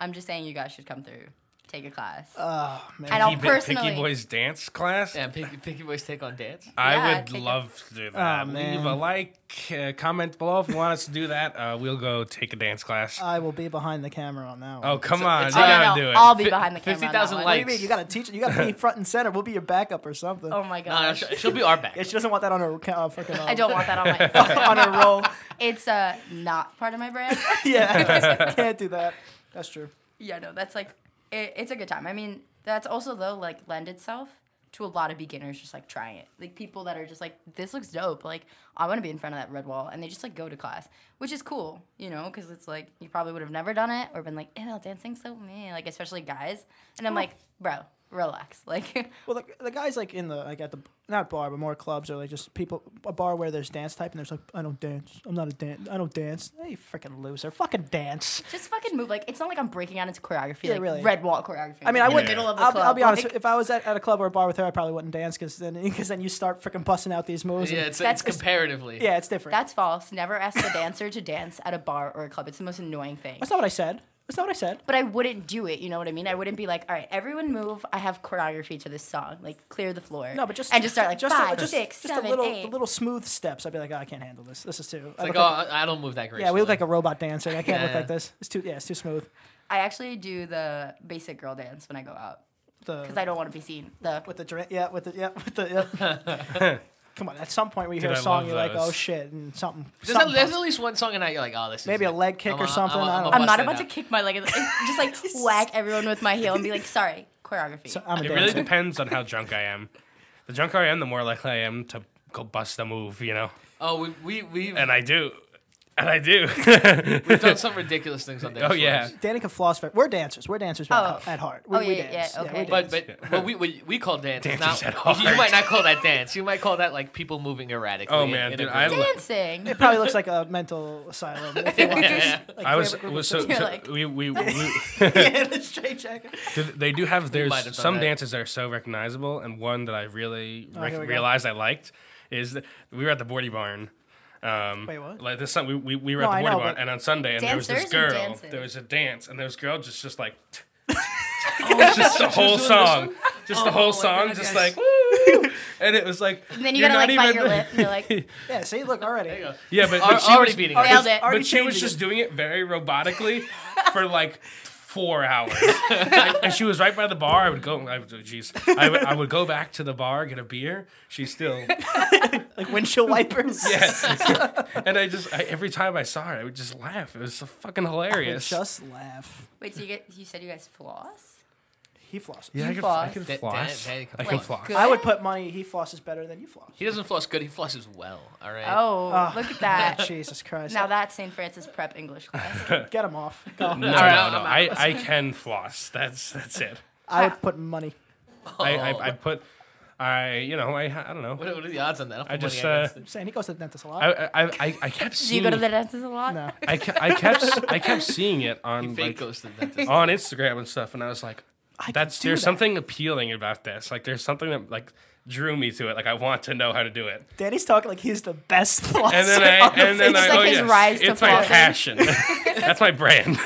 [SPEAKER 1] i'm just saying you guys should come through take a class
[SPEAKER 2] Oh
[SPEAKER 1] I
[SPEAKER 2] man.
[SPEAKER 1] don't
[SPEAKER 3] Picky, Bo-
[SPEAKER 1] personally
[SPEAKER 3] Picky Boys dance class.
[SPEAKER 4] Yeah, Picky, Picky Boys take on dance.
[SPEAKER 3] I
[SPEAKER 1] Yeah,
[SPEAKER 3] would
[SPEAKER 1] take a-
[SPEAKER 3] love to do that. Leave
[SPEAKER 2] man.
[SPEAKER 3] a like, uh, comment below if you want us to do that. Uh, we'll go take a dance class.
[SPEAKER 2] I will be behind the camera on that one.
[SPEAKER 3] oh come on, you
[SPEAKER 4] it's-
[SPEAKER 1] Oh, no,
[SPEAKER 3] gotta
[SPEAKER 1] no,
[SPEAKER 3] do it.
[SPEAKER 1] I'll be
[SPEAKER 4] Fi-
[SPEAKER 1] behind the camera. on that
[SPEAKER 4] 50,000
[SPEAKER 1] one.
[SPEAKER 2] What do you mean? You gotta teach it. You gotta be front and center. We'll be your backup or something.
[SPEAKER 1] Oh my
[SPEAKER 4] No, no,
[SPEAKER 1] gosh.
[SPEAKER 4] she'll, she'll be our back.
[SPEAKER 2] Yeah, she doesn't want that on her uh, fucking. uh,
[SPEAKER 1] I don't want that on my
[SPEAKER 2] on her roll.
[SPEAKER 1] It's uh, not part of my brand.
[SPEAKER 2] Yeah, can't do that. That's true.
[SPEAKER 1] yeah, no, that's like, it, it's a good time. I mean, that's also though like lend itself to a lot of beginners just like trying it. Like people that are just like, this looks dope. Like I want to be in front of that red wall, and they just like go to class, which is cool, you know, because it's like you probably would have never done it or been like, ew, dancing so me, like especially guys. And I'm like, bro, relax, like.
[SPEAKER 2] Well, the, the guys like in the like at the not bar but more clubs or like just people a bar where there's dance type and there's like I don't dance. I'm not a dance. I don't dance. Hey, freaking loser. Fucking dance.
[SPEAKER 1] Just fucking move. Like it's not like I'm breaking out into choreography.
[SPEAKER 2] Yeah,
[SPEAKER 1] like
[SPEAKER 2] really.
[SPEAKER 1] red wall choreography.
[SPEAKER 2] I mean,
[SPEAKER 1] like,
[SPEAKER 2] I
[SPEAKER 1] in
[SPEAKER 2] wouldn't.
[SPEAKER 1] The middle of the
[SPEAKER 2] I'll,
[SPEAKER 1] club.
[SPEAKER 2] I'll be honest.
[SPEAKER 1] Like,
[SPEAKER 2] if I was at, at a club or a bar with her, I probably wouldn't dance because then because then you start freaking busting out these moves. and-
[SPEAKER 4] Yeah, it's,
[SPEAKER 1] That's-
[SPEAKER 4] it's comparatively.
[SPEAKER 2] yeah, it's different.
[SPEAKER 1] That's false. Never ask a dancer to dance at a bar or a club. It's the most annoying thing.
[SPEAKER 2] That's not what I said. That's not what I said.
[SPEAKER 1] But I wouldn't do it. You know what I mean? I wouldn't be like, all right, everyone move. I have choreography to this song. Like clear the floor.
[SPEAKER 2] No, but just
[SPEAKER 1] and just start like
[SPEAKER 2] just a-
[SPEAKER 1] five,
[SPEAKER 2] just-
[SPEAKER 1] six,
[SPEAKER 2] just a
[SPEAKER 1] seven,
[SPEAKER 2] little the
[SPEAKER 1] eight.
[SPEAKER 2] little smooth steps. I'd be like, oh, I can't handle this. This is too. I
[SPEAKER 4] It's like,
[SPEAKER 2] look
[SPEAKER 4] oh,
[SPEAKER 2] like-
[SPEAKER 4] I I don't move that gracefully.
[SPEAKER 2] yeah, we look like a robot dancing. I can't
[SPEAKER 4] Yeah,
[SPEAKER 2] look
[SPEAKER 4] yeah.
[SPEAKER 2] like this. It's too yeah, it's too smooth.
[SPEAKER 1] I actually do the basic girl dance when I go out because
[SPEAKER 2] The
[SPEAKER 1] I don't want to be seen. The
[SPEAKER 2] with the dra- yeah with the yeah with the yeah. Come on, at some point we hear
[SPEAKER 3] Dude,
[SPEAKER 2] a
[SPEAKER 3] I
[SPEAKER 2] song,
[SPEAKER 3] love
[SPEAKER 2] you're like, oh
[SPEAKER 3] those.
[SPEAKER 2] shit, and something.
[SPEAKER 4] There's,
[SPEAKER 2] something
[SPEAKER 4] at- there's
[SPEAKER 2] pops-
[SPEAKER 4] at least one song, and I you're like, oh, this is
[SPEAKER 2] Maybe a
[SPEAKER 4] it.
[SPEAKER 2] leg kick
[SPEAKER 4] I'm
[SPEAKER 2] or
[SPEAKER 4] a-
[SPEAKER 2] something,
[SPEAKER 4] I'm,
[SPEAKER 2] I
[SPEAKER 4] a-
[SPEAKER 2] don't
[SPEAKER 4] a
[SPEAKER 1] I'm not
[SPEAKER 4] bust
[SPEAKER 1] about
[SPEAKER 4] it
[SPEAKER 1] to
[SPEAKER 4] out.
[SPEAKER 1] kick my leg. and Just like whack everyone with my heel and be like, sorry, choreography.
[SPEAKER 2] So uh, I'm a
[SPEAKER 3] It
[SPEAKER 2] dancer.
[SPEAKER 3] really depends on how drunk I am. The drunker I am, the more likely I am to go bust a move, you know.
[SPEAKER 4] Oh, we we we've,
[SPEAKER 3] And I do, and I do.
[SPEAKER 4] we've done some ridiculous things on dance
[SPEAKER 3] oh yeah,
[SPEAKER 4] floors.
[SPEAKER 2] Danny can floss. For, we're dancers. We're dancers
[SPEAKER 1] Oh.
[SPEAKER 2] at heart. We,
[SPEAKER 1] Oh,
[SPEAKER 2] we
[SPEAKER 1] yeah, yeah,
[SPEAKER 2] dance. we
[SPEAKER 1] okay.
[SPEAKER 2] dance.
[SPEAKER 4] But but what we we, we call dance. is
[SPEAKER 3] Dancing's
[SPEAKER 4] not,
[SPEAKER 3] at
[SPEAKER 4] you
[SPEAKER 3] heart.
[SPEAKER 4] might not call that dance. You might call that like people moving erratically.
[SPEAKER 3] Oh,
[SPEAKER 4] in-
[SPEAKER 3] man,
[SPEAKER 4] in
[SPEAKER 3] dude,
[SPEAKER 4] a
[SPEAKER 3] I
[SPEAKER 4] group.
[SPEAKER 3] love-
[SPEAKER 1] dancing.
[SPEAKER 2] it probably looks like a mental asylum. if you watch
[SPEAKER 4] Yeah, yeah.
[SPEAKER 2] like
[SPEAKER 3] I was,
[SPEAKER 2] favorite group
[SPEAKER 3] was
[SPEAKER 2] of-
[SPEAKER 3] so,
[SPEAKER 1] You're
[SPEAKER 3] so
[SPEAKER 1] like-
[SPEAKER 3] we we. we
[SPEAKER 2] yeah, the straight jacket.
[SPEAKER 3] Do th- They do have
[SPEAKER 4] might have
[SPEAKER 3] there's
[SPEAKER 4] done
[SPEAKER 3] some
[SPEAKER 4] that.
[SPEAKER 3] dances that are so recognizable, and one that I really rec-
[SPEAKER 2] Oh, here we go.
[SPEAKER 3] realized I liked is that we were at the Boardy Barn. Um,
[SPEAKER 2] Wait, what?
[SPEAKER 3] Like this, sun- we, we, we were
[SPEAKER 2] No,
[SPEAKER 3] at
[SPEAKER 2] I
[SPEAKER 3] the Boardy
[SPEAKER 2] know,
[SPEAKER 3] Barn,
[SPEAKER 2] but-
[SPEAKER 3] and on Sunday, and there was this
[SPEAKER 1] Dancers and
[SPEAKER 3] girl.
[SPEAKER 1] dances.
[SPEAKER 3] There was a dance, and there was a girl just just like, just the whole
[SPEAKER 4] Oh, doing this
[SPEAKER 3] song, just the
[SPEAKER 4] Oh
[SPEAKER 3] whole
[SPEAKER 4] my
[SPEAKER 3] song,
[SPEAKER 4] God,
[SPEAKER 3] just
[SPEAKER 4] yes.
[SPEAKER 3] like, woo! and it was like.
[SPEAKER 1] And then you
[SPEAKER 3] you're
[SPEAKER 1] gotta like
[SPEAKER 3] not
[SPEAKER 1] bite
[SPEAKER 3] even-
[SPEAKER 1] your lip and you're like, "Oh,
[SPEAKER 2] Yeah, see, look
[SPEAKER 4] There
[SPEAKER 2] already.
[SPEAKER 4] you go.
[SPEAKER 3] Yeah, but,
[SPEAKER 4] Al-
[SPEAKER 3] but she
[SPEAKER 2] Oh,
[SPEAKER 4] already
[SPEAKER 3] was,
[SPEAKER 4] beating
[SPEAKER 1] Nailed
[SPEAKER 4] it.
[SPEAKER 1] it.
[SPEAKER 2] Already
[SPEAKER 3] but she was
[SPEAKER 2] changing
[SPEAKER 3] just doing it very robotically for like four hours. and, and she was right by the bar. I would go. I would, oh, jeez, I, would- I would go back to the bar get a beer. She's still
[SPEAKER 2] like windshield wipers.
[SPEAKER 3] yes. and I just I, every time I saw her, I would just laugh. It was so fucking
[SPEAKER 4] Oh,
[SPEAKER 3] hilarious.
[SPEAKER 2] Just laugh.
[SPEAKER 1] Wait, so you get you said you guys floss?
[SPEAKER 2] He flosses.
[SPEAKER 3] yeah, I
[SPEAKER 1] You
[SPEAKER 3] can, I
[SPEAKER 1] floss.
[SPEAKER 3] can
[SPEAKER 4] That-
[SPEAKER 3] floss.
[SPEAKER 4] that- that
[SPEAKER 3] I
[SPEAKER 4] you
[SPEAKER 3] can
[SPEAKER 4] can
[SPEAKER 3] floss.
[SPEAKER 4] floss.
[SPEAKER 1] Good.
[SPEAKER 2] I would put money he flosses better than you floss.
[SPEAKER 4] He doesn't floss good. He flosses well. All right.
[SPEAKER 1] Oh,
[SPEAKER 2] Ah.
[SPEAKER 1] look at that.
[SPEAKER 2] Jesus Christ.
[SPEAKER 1] now that's St. Francis prep English class.
[SPEAKER 2] Get him off.
[SPEAKER 3] No, no,
[SPEAKER 4] All right,
[SPEAKER 3] no.
[SPEAKER 4] I'm
[SPEAKER 3] I, I can floss. That's that's it.
[SPEAKER 2] I would put money.
[SPEAKER 3] I,
[SPEAKER 4] Oh.
[SPEAKER 3] I, I put, I you know I I don't know.
[SPEAKER 4] What, what are the odds on that? I'll put
[SPEAKER 3] just,
[SPEAKER 4] money
[SPEAKER 3] uh,
[SPEAKER 4] against it.
[SPEAKER 2] I'm saying he goes to the dentist a lot.
[SPEAKER 3] I I, I, I kept
[SPEAKER 1] Do you
[SPEAKER 3] seeing
[SPEAKER 1] go to the dentist a lot?
[SPEAKER 2] no.
[SPEAKER 3] I, ke- I kept I kept seeing it
[SPEAKER 4] He
[SPEAKER 3] on
[SPEAKER 4] fake
[SPEAKER 3] like,
[SPEAKER 4] goes to the dentist.
[SPEAKER 3] on Instagram and stuff, and I was like,
[SPEAKER 2] I
[SPEAKER 3] that's
[SPEAKER 2] could do
[SPEAKER 3] there's
[SPEAKER 2] that.
[SPEAKER 3] something appealing about this. Like there's something that like drew me to it. Like I want to know how to do it.
[SPEAKER 2] Danny's talking like he's the best flosser.
[SPEAKER 3] And then I
[SPEAKER 2] on the
[SPEAKER 3] and then
[SPEAKER 1] It's
[SPEAKER 2] face.
[SPEAKER 3] I
[SPEAKER 1] like
[SPEAKER 3] oh
[SPEAKER 1] his
[SPEAKER 3] yes,
[SPEAKER 1] rise to
[SPEAKER 3] it's my
[SPEAKER 1] flossing.
[SPEAKER 3] passion. that's my brand.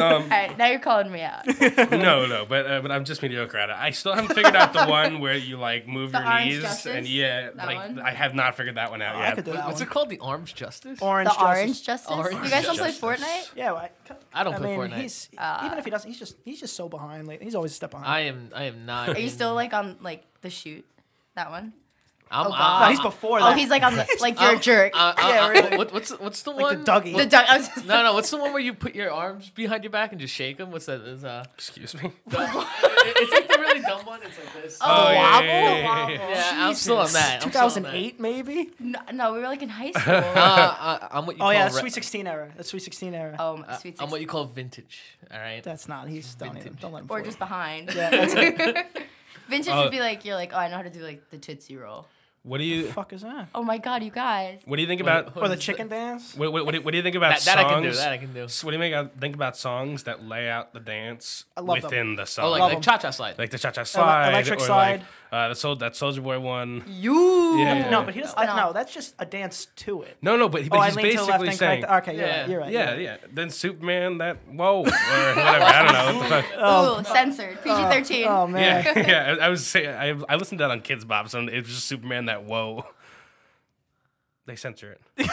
[SPEAKER 1] All right, now you're calling me out. The
[SPEAKER 3] no, no, but uh, but I'm just mediocre at it. I still haven't figured out the one where you like move
[SPEAKER 1] The
[SPEAKER 3] your
[SPEAKER 1] orange
[SPEAKER 3] knees
[SPEAKER 1] justice?
[SPEAKER 3] and yeah,
[SPEAKER 1] That
[SPEAKER 3] like
[SPEAKER 1] one?
[SPEAKER 3] I have not figured that one out
[SPEAKER 2] I
[SPEAKER 3] yet.
[SPEAKER 2] could do that
[SPEAKER 4] What's
[SPEAKER 2] one.
[SPEAKER 4] it called? The arms justice.
[SPEAKER 2] Orange. justice.
[SPEAKER 1] orange justice?
[SPEAKER 4] Orange
[SPEAKER 1] you guys don't play
[SPEAKER 3] justice.
[SPEAKER 1] Fortnite?
[SPEAKER 2] Yeah, well, I,
[SPEAKER 4] I don't play
[SPEAKER 2] mean,
[SPEAKER 4] Fortnite.
[SPEAKER 2] He's, even if he doesn't, he's just he's just so behind. Like, he's always a step behind.
[SPEAKER 1] Uh,
[SPEAKER 4] I am. I am not.
[SPEAKER 1] Are you still like on like the shoot? That one?
[SPEAKER 4] I'm,
[SPEAKER 1] Oh,
[SPEAKER 4] I'm-
[SPEAKER 2] no,
[SPEAKER 1] God.
[SPEAKER 2] he's before
[SPEAKER 1] Oh,
[SPEAKER 2] that.
[SPEAKER 1] he's like on the like you're a jerk.
[SPEAKER 4] Uh, uh,
[SPEAKER 2] Yeah,
[SPEAKER 4] uh,
[SPEAKER 2] really.
[SPEAKER 4] what- what's what's the
[SPEAKER 2] like
[SPEAKER 4] one?
[SPEAKER 2] the Dougie.
[SPEAKER 1] the duck. I was just,
[SPEAKER 4] No, no. What's the one where you put your arms behind your back and just shake them? What's that? Is uh.
[SPEAKER 3] Excuse me.
[SPEAKER 4] dumb- it's like the really dumb one. It's like this.
[SPEAKER 1] Oh,
[SPEAKER 3] yeah,
[SPEAKER 1] wobble?
[SPEAKER 3] yeah, yeah, yeah,
[SPEAKER 1] Wobble.
[SPEAKER 4] yeah, I'm still on that. I'm still on that.
[SPEAKER 2] 2008 maybe.
[SPEAKER 1] No, no, we were like in high school.
[SPEAKER 4] Uh, I, I'm what you
[SPEAKER 2] Oh
[SPEAKER 4] call
[SPEAKER 2] yeah,
[SPEAKER 4] re-
[SPEAKER 2] Sweet 16 era. That's Sweet 16 era.
[SPEAKER 1] Oh, my
[SPEAKER 4] uh,
[SPEAKER 1] sweet
[SPEAKER 4] I'm what
[SPEAKER 1] 16.
[SPEAKER 4] you call vintage. All right.
[SPEAKER 2] That's not. He's don't even,
[SPEAKER 4] Vintage.
[SPEAKER 2] don't let him.
[SPEAKER 1] Or
[SPEAKER 2] fool
[SPEAKER 1] just
[SPEAKER 2] you.
[SPEAKER 1] behind.
[SPEAKER 2] yeah, that's what
[SPEAKER 1] Vintage
[SPEAKER 3] Uh,
[SPEAKER 1] would be like, you're like, oh, I know how to do like the Tootsie Roll.
[SPEAKER 3] What do
[SPEAKER 2] the
[SPEAKER 3] you
[SPEAKER 2] fuck is that?
[SPEAKER 1] Oh my God, you guys.
[SPEAKER 3] what do you think about
[SPEAKER 4] What
[SPEAKER 2] Or the
[SPEAKER 4] is
[SPEAKER 2] chicken dance?
[SPEAKER 3] what, what, what, do, what do you think about
[SPEAKER 4] That, that I
[SPEAKER 3] songs?
[SPEAKER 4] can do. That I can do.
[SPEAKER 3] So what do you make out, think about songs that lay out the dance
[SPEAKER 2] I love them.
[SPEAKER 3] within the song?
[SPEAKER 4] Oh, like,
[SPEAKER 2] Love
[SPEAKER 4] like
[SPEAKER 2] 'em.
[SPEAKER 4] cha-cha slide.
[SPEAKER 3] Like the Cha Cha Slide,
[SPEAKER 2] Electric
[SPEAKER 3] or
[SPEAKER 2] Slide.
[SPEAKER 3] like uh, the Soul, that Soldier Boy one.
[SPEAKER 1] You.
[SPEAKER 3] Yeah, yeah,
[SPEAKER 2] No,
[SPEAKER 3] yeah.
[SPEAKER 2] but he does.
[SPEAKER 1] No.
[SPEAKER 2] not no, that's just a dance to it.
[SPEAKER 3] No, no, but, but
[SPEAKER 2] oh,
[SPEAKER 3] he's
[SPEAKER 2] I lean to the left
[SPEAKER 3] basically
[SPEAKER 2] and
[SPEAKER 3] saying,
[SPEAKER 2] connect. Okay, you're
[SPEAKER 4] Yeah.
[SPEAKER 2] right. You're right.
[SPEAKER 3] yeah,
[SPEAKER 2] you're right.
[SPEAKER 3] yeah. Then Superman, that whoa, or whatever. I don't know. What the fuck.
[SPEAKER 1] Ooh, censored. PG-13.
[SPEAKER 2] Oh man.
[SPEAKER 3] Yeah, yeah. I, I was saying, I, I listened to that on Kids Bop, so it was just Superman that whoa. They censor it.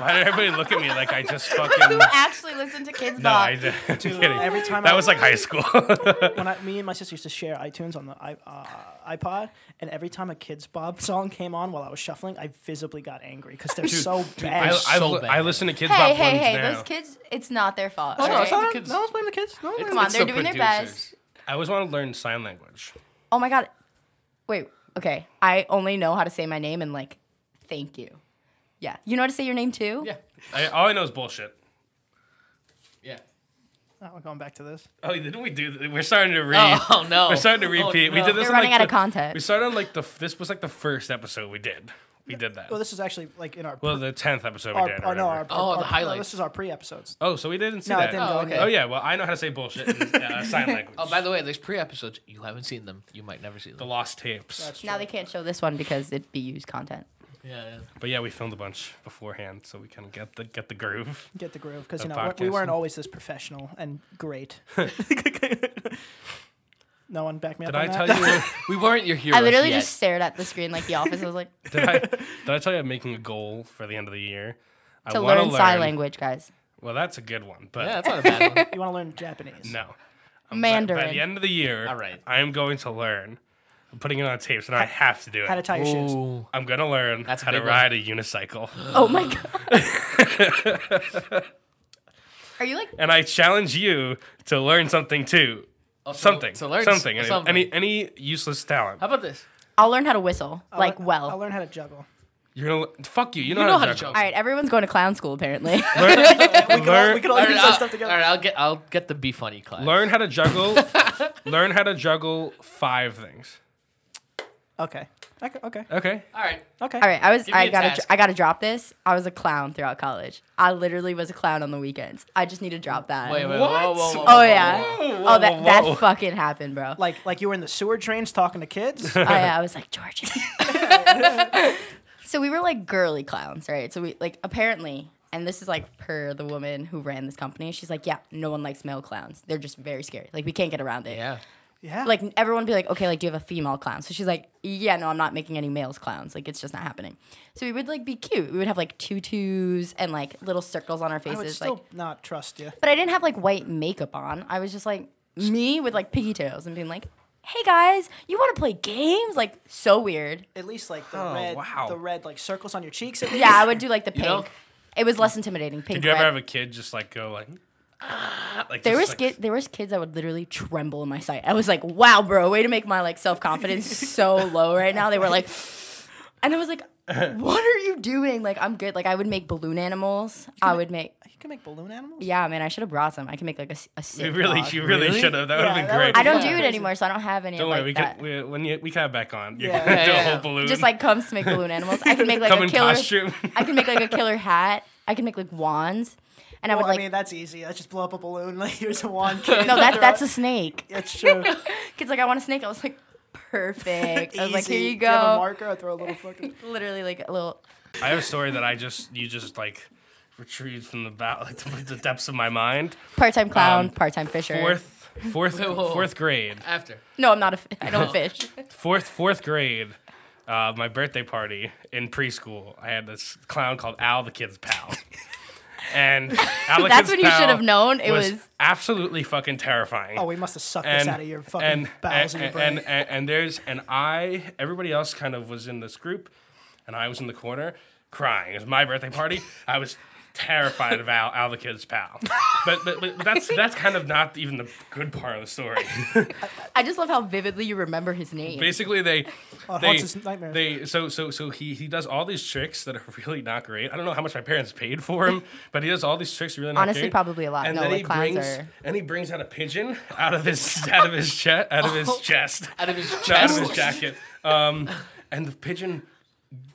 [SPEAKER 3] Why did everybody look at me like I just fucking?
[SPEAKER 1] Who actually listened to Kids
[SPEAKER 3] No,
[SPEAKER 1] Bop?
[SPEAKER 3] I, I'm
[SPEAKER 2] Dude,
[SPEAKER 3] kidding.
[SPEAKER 2] every time
[SPEAKER 3] that
[SPEAKER 2] I-
[SPEAKER 3] was like high school.
[SPEAKER 2] when I, me and my sister used to share iTunes on the i- uh, iPod, and every time a Kids Bob song came on while I was shuffling, I visibly got angry because they're so bad.
[SPEAKER 3] I,
[SPEAKER 4] They're
[SPEAKER 3] I,
[SPEAKER 4] so
[SPEAKER 3] li-
[SPEAKER 4] bad.
[SPEAKER 3] I listen to Kids
[SPEAKER 1] hey,
[SPEAKER 3] Bop
[SPEAKER 1] hey,
[SPEAKER 3] ones
[SPEAKER 1] hey,
[SPEAKER 3] now.
[SPEAKER 1] those kids, it's not their fault.
[SPEAKER 2] Oh, no,
[SPEAKER 1] alright?
[SPEAKER 2] it's not,
[SPEAKER 4] Kids-
[SPEAKER 2] no one's blaming the kids. No one's
[SPEAKER 4] It's-
[SPEAKER 1] on,
[SPEAKER 4] it's
[SPEAKER 1] they're
[SPEAKER 4] the
[SPEAKER 1] doing their
[SPEAKER 4] producers.
[SPEAKER 1] best.
[SPEAKER 3] I always want to learn sign language.
[SPEAKER 1] Oh my god. Wait. Okay. I only know how to say my name and like, thank you. Yeah. You know how to say your name too?
[SPEAKER 4] Yeah.
[SPEAKER 3] I, all I know is bullshit.
[SPEAKER 4] Yeah.
[SPEAKER 2] Oh, we're going back to this.
[SPEAKER 3] Oh, didn't we do? th- We're starting to read.
[SPEAKER 4] Oh, no.
[SPEAKER 3] We're starting to
[SPEAKER 4] Oh,
[SPEAKER 3] repeat. We
[SPEAKER 4] no.
[SPEAKER 3] did this.
[SPEAKER 1] They're
[SPEAKER 3] in,
[SPEAKER 1] running
[SPEAKER 3] like,
[SPEAKER 1] out of
[SPEAKER 3] the-
[SPEAKER 1] content.
[SPEAKER 3] We started on like the. f- This was like the first episode we did. We did that.
[SPEAKER 2] Well, Oh, this is actually like in our.
[SPEAKER 3] Well, the tenth episode we
[SPEAKER 2] our,
[SPEAKER 3] did. or
[SPEAKER 2] oh, no, our,
[SPEAKER 3] whatever.
[SPEAKER 4] Oh,
[SPEAKER 2] our-
[SPEAKER 4] the
[SPEAKER 2] our-
[SPEAKER 4] highlights.
[SPEAKER 2] this is our pre-episodes.
[SPEAKER 3] oh, so we didn't see
[SPEAKER 2] No, it
[SPEAKER 3] that.
[SPEAKER 2] didn't
[SPEAKER 4] Oh,
[SPEAKER 2] go
[SPEAKER 4] okay.
[SPEAKER 2] in.
[SPEAKER 3] Oh yeah. Well, I know how to say bullshit. in, uh, sign language.
[SPEAKER 4] Oh, by the way, there's pre-episodes. You haven't seen them. You might never see
[SPEAKER 3] the
[SPEAKER 4] them.
[SPEAKER 3] lost tapes.
[SPEAKER 2] That's
[SPEAKER 1] Now
[SPEAKER 2] true.
[SPEAKER 1] they can't show this one because it'd be used content.
[SPEAKER 4] Yeah.
[SPEAKER 3] But yeah, we filmed a bunch beforehand, so we kind of get the get the groove.
[SPEAKER 2] get the groove because
[SPEAKER 3] The
[SPEAKER 2] you know we- we weren't
[SPEAKER 3] podcasting.
[SPEAKER 2] always this professional and great. no one backed me
[SPEAKER 3] Did
[SPEAKER 2] up.
[SPEAKER 3] I
[SPEAKER 2] on
[SPEAKER 3] tell
[SPEAKER 2] that?
[SPEAKER 3] you?
[SPEAKER 4] We weren't your heroes
[SPEAKER 1] I literally
[SPEAKER 4] yet.
[SPEAKER 1] just stared at the screen like The Office. I was like,
[SPEAKER 3] Did I? Did I tell you I'm making a goal for the end of the year? I
[SPEAKER 1] to
[SPEAKER 3] wanna
[SPEAKER 1] learn sign language, guys.
[SPEAKER 3] Well, that's a good one, but
[SPEAKER 4] Yeah, that's not a bad one.
[SPEAKER 2] You want to learn Japanese?
[SPEAKER 3] no. Um, by- By,
[SPEAKER 1] Mandarin.
[SPEAKER 3] the end of the year,
[SPEAKER 4] All right.
[SPEAKER 3] I am going to learn. I'm putting it on tape, so now I have to do
[SPEAKER 2] How to
[SPEAKER 3] it.
[SPEAKER 2] tie your shoes?
[SPEAKER 4] Ooh.
[SPEAKER 3] I'm gonna learn
[SPEAKER 4] That's a
[SPEAKER 3] how to
[SPEAKER 4] big one.
[SPEAKER 3] ride a unicycle,
[SPEAKER 1] oh my god. Are you like
[SPEAKER 3] and I challenge you to learn something too.
[SPEAKER 4] Oh, so-
[SPEAKER 3] something,
[SPEAKER 4] So learn
[SPEAKER 3] something,
[SPEAKER 4] s-
[SPEAKER 3] any-
[SPEAKER 4] something.
[SPEAKER 3] Any, any useless talent.
[SPEAKER 4] How about this?
[SPEAKER 1] I'll learn how to whistle.
[SPEAKER 2] I'll
[SPEAKER 1] like
[SPEAKER 2] learn-
[SPEAKER 1] well.
[SPEAKER 2] I'll learn how to juggle.
[SPEAKER 3] You're gonna le- fuck you. You know,
[SPEAKER 4] You know how to
[SPEAKER 3] juggle.
[SPEAKER 4] juggle.
[SPEAKER 1] All right, everyone's going to clown school apparently.
[SPEAKER 2] we
[SPEAKER 3] Learn, learn,
[SPEAKER 2] can all
[SPEAKER 4] All
[SPEAKER 2] do
[SPEAKER 4] right,
[SPEAKER 2] some
[SPEAKER 4] I'll,
[SPEAKER 2] stuff together.
[SPEAKER 4] all right, I'll get I'll get the be funny class.
[SPEAKER 3] learn how to juggle. learn how to juggle five things.
[SPEAKER 2] Okay. Okay. Okay.
[SPEAKER 3] Okay.
[SPEAKER 4] All right.
[SPEAKER 2] Okay.
[SPEAKER 1] All right, I was
[SPEAKER 4] me
[SPEAKER 1] I
[SPEAKER 4] a
[SPEAKER 1] gotta
[SPEAKER 4] task.
[SPEAKER 1] I gotta drop this. I was a clown throughout college. I literally was a clown on the weekends. I just need to drop that.
[SPEAKER 4] Wait, wait,
[SPEAKER 3] What?
[SPEAKER 4] whoa, whoa, whoa, whoa,
[SPEAKER 1] Oh
[SPEAKER 4] whoa,
[SPEAKER 1] yeah.
[SPEAKER 4] whoa.
[SPEAKER 3] whoa,
[SPEAKER 1] oh that
[SPEAKER 3] whoa, whoa.
[SPEAKER 1] that fucking happened, bro.
[SPEAKER 2] Like like you were in the sewer drains talking to kids.
[SPEAKER 1] oh yeah, I was like George. so we were like girly clowns, right? So we like apparently, and this is like per the woman who ran this company. She's like, yeah, no one likes male clowns. They're just very scary. Like we can't get around it.
[SPEAKER 4] Yeah.
[SPEAKER 2] Yeah.
[SPEAKER 1] Like everyone would be like, okay, like do you have a female clown? So she's like, yeah, no, I'm not making any males clowns. Like it's just not happening. So we would like be cute. We would have like tutus and like little circles on our
[SPEAKER 2] I would
[SPEAKER 1] faces.
[SPEAKER 2] still
[SPEAKER 1] like,
[SPEAKER 2] not trust you.
[SPEAKER 1] but I didn't have like white makeup on. I was just like me with like pigtails and being like, hey guys, you want to play games? Like so weird.
[SPEAKER 2] At least like the
[SPEAKER 3] Oh,
[SPEAKER 2] red,
[SPEAKER 3] wow.
[SPEAKER 2] the red like circles on your cheeks. At least.
[SPEAKER 1] Yeah, I would do like the pink.
[SPEAKER 3] know-
[SPEAKER 1] It was less intimidating. Pink.
[SPEAKER 3] Did you ever
[SPEAKER 1] red.
[SPEAKER 3] have a kid just like go like, "Ah," like
[SPEAKER 1] There was
[SPEAKER 3] just, like,
[SPEAKER 1] kid, there was kids that would literally tremble in my sight. I was like, "Wow, bro, way to make my like self confidence so low right now." They were like, and I was like, "What are you doing?" Like, I'm good. Like, I would make balloon animals. I would make,
[SPEAKER 2] You can make balloon animals.
[SPEAKER 1] yeah, man. I should have brought some. I can make like a, s- a
[SPEAKER 3] You
[SPEAKER 1] sick
[SPEAKER 3] really,
[SPEAKER 1] dog.
[SPEAKER 3] you really,
[SPEAKER 4] Really?
[SPEAKER 3] should have. That would
[SPEAKER 2] Yeah, that
[SPEAKER 3] have been great.
[SPEAKER 2] would've
[SPEAKER 1] I don't
[SPEAKER 2] Yeah.
[SPEAKER 1] do it anymore, so I don't have any.
[SPEAKER 3] Don't
[SPEAKER 1] like
[SPEAKER 3] worry, we
[SPEAKER 1] that.
[SPEAKER 3] can we, when you we can have back on. You
[SPEAKER 2] Yeah.
[SPEAKER 3] can
[SPEAKER 4] Yeah,
[SPEAKER 3] do a
[SPEAKER 4] yeah,
[SPEAKER 3] whole
[SPEAKER 4] yeah.
[SPEAKER 3] balloon.
[SPEAKER 1] Just like comes to make balloon animals. I can make like
[SPEAKER 3] come
[SPEAKER 1] a
[SPEAKER 3] in
[SPEAKER 1] killer.
[SPEAKER 3] costume.
[SPEAKER 1] I can make like a killer hat. I can make like wands, and I
[SPEAKER 2] Well,
[SPEAKER 1] would like.
[SPEAKER 2] I mean that's easy. Let's just blow up a balloon. Like here's a wand. Kid.
[SPEAKER 1] no, that that's a snake.
[SPEAKER 2] That's true.
[SPEAKER 1] Kids like, I want a snake. I was like, perfect. I was like, here
[SPEAKER 2] Easy.
[SPEAKER 1] you
[SPEAKER 2] Do have a
[SPEAKER 1] go.
[SPEAKER 2] marker. I throw a little fucking.
[SPEAKER 1] Literally like a little.
[SPEAKER 3] I have a story that I just you just like retrieved from the ba- like the, the depths of my mind.
[SPEAKER 1] Part-time clown,
[SPEAKER 3] Um,
[SPEAKER 1] part-time fisher.
[SPEAKER 3] Fourth, fourth,
[SPEAKER 4] Whoa, whoa.
[SPEAKER 3] fourth grade.
[SPEAKER 4] After.
[SPEAKER 1] No, I'm not a. F- I don't fish.
[SPEAKER 3] fourth fourth grade, uh, my birthday party in preschool, I had this clown called Al the Kid's Pal. And Al the
[SPEAKER 1] That's
[SPEAKER 3] Kid's
[SPEAKER 1] when you should
[SPEAKER 3] Pal
[SPEAKER 1] have known. It was-
[SPEAKER 3] absolutely fucking terrifying.
[SPEAKER 2] Oh, we must have sucked this out of your fucking
[SPEAKER 3] and,
[SPEAKER 2] bowels
[SPEAKER 3] and,
[SPEAKER 2] of your brain.
[SPEAKER 3] And, and, and there's and I everybody else kind of was in this group, and I was in the corner crying. It was my birthday party. I was terrified of Al, Al the kid's pal. But, but but that's that's kind of not even the good part of the story.
[SPEAKER 1] I just love how vividly you remember his name.
[SPEAKER 3] Basically, they
[SPEAKER 2] Oh,
[SPEAKER 3] they,
[SPEAKER 2] haunts his nightmares.
[SPEAKER 3] they so so so he he does all these tricks that are really not great. I don't know how much my parents paid for him, but he does all these tricks really not
[SPEAKER 1] Honestly,
[SPEAKER 3] great.
[SPEAKER 1] probably a lot.
[SPEAKER 3] And
[SPEAKER 1] No,
[SPEAKER 3] then
[SPEAKER 1] like,
[SPEAKER 3] he
[SPEAKER 1] clowns
[SPEAKER 3] brings
[SPEAKER 1] are-
[SPEAKER 3] and he brings out a pigeon out of his out of his chest out of his
[SPEAKER 1] Oh.
[SPEAKER 3] chest
[SPEAKER 4] Out of his
[SPEAKER 3] no, out of
[SPEAKER 4] chest.
[SPEAKER 3] his jacket. Um, and the pigeon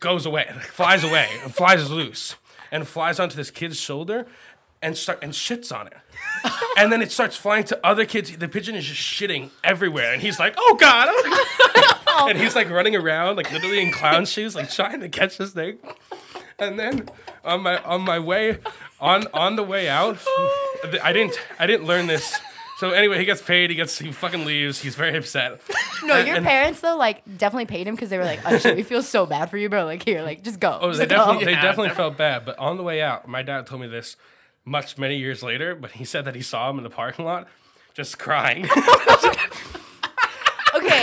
[SPEAKER 3] goes away, like, flies away, and flies loose, and flies onto this kid's shoulder, and start and shits on it. and then it starts flying to other kids. The pigeon is just shitting everywhere, and he's like, "Oh God!" and he's like running around, like literally in clown shoes, like trying to catch this thing. And then on my on my way on on the way out, th- I didn't I didn't learn this. So anyway, he gets paid. He gets he fucking leaves. He's very upset.
[SPEAKER 1] no,
[SPEAKER 3] and-
[SPEAKER 1] your
[SPEAKER 3] and-
[SPEAKER 1] parents though, like, definitely paid him because they were like, "Oh shit, we feel so bad for you, bro. Like, here, like, just go."
[SPEAKER 3] Oh,
[SPEAKER 1] Just
[SPEAKER 3] they
[SPEAKER 1] go.
[SPEAKER 3] definitely, they
[SPEAKER 4] Yeah,
[SPEAKER 3] definitely felt bad. But on the way out, my dad told me this much many years later. But he said that he saw him in the parking lot, just crying.
[SPEAKER 1] Okay,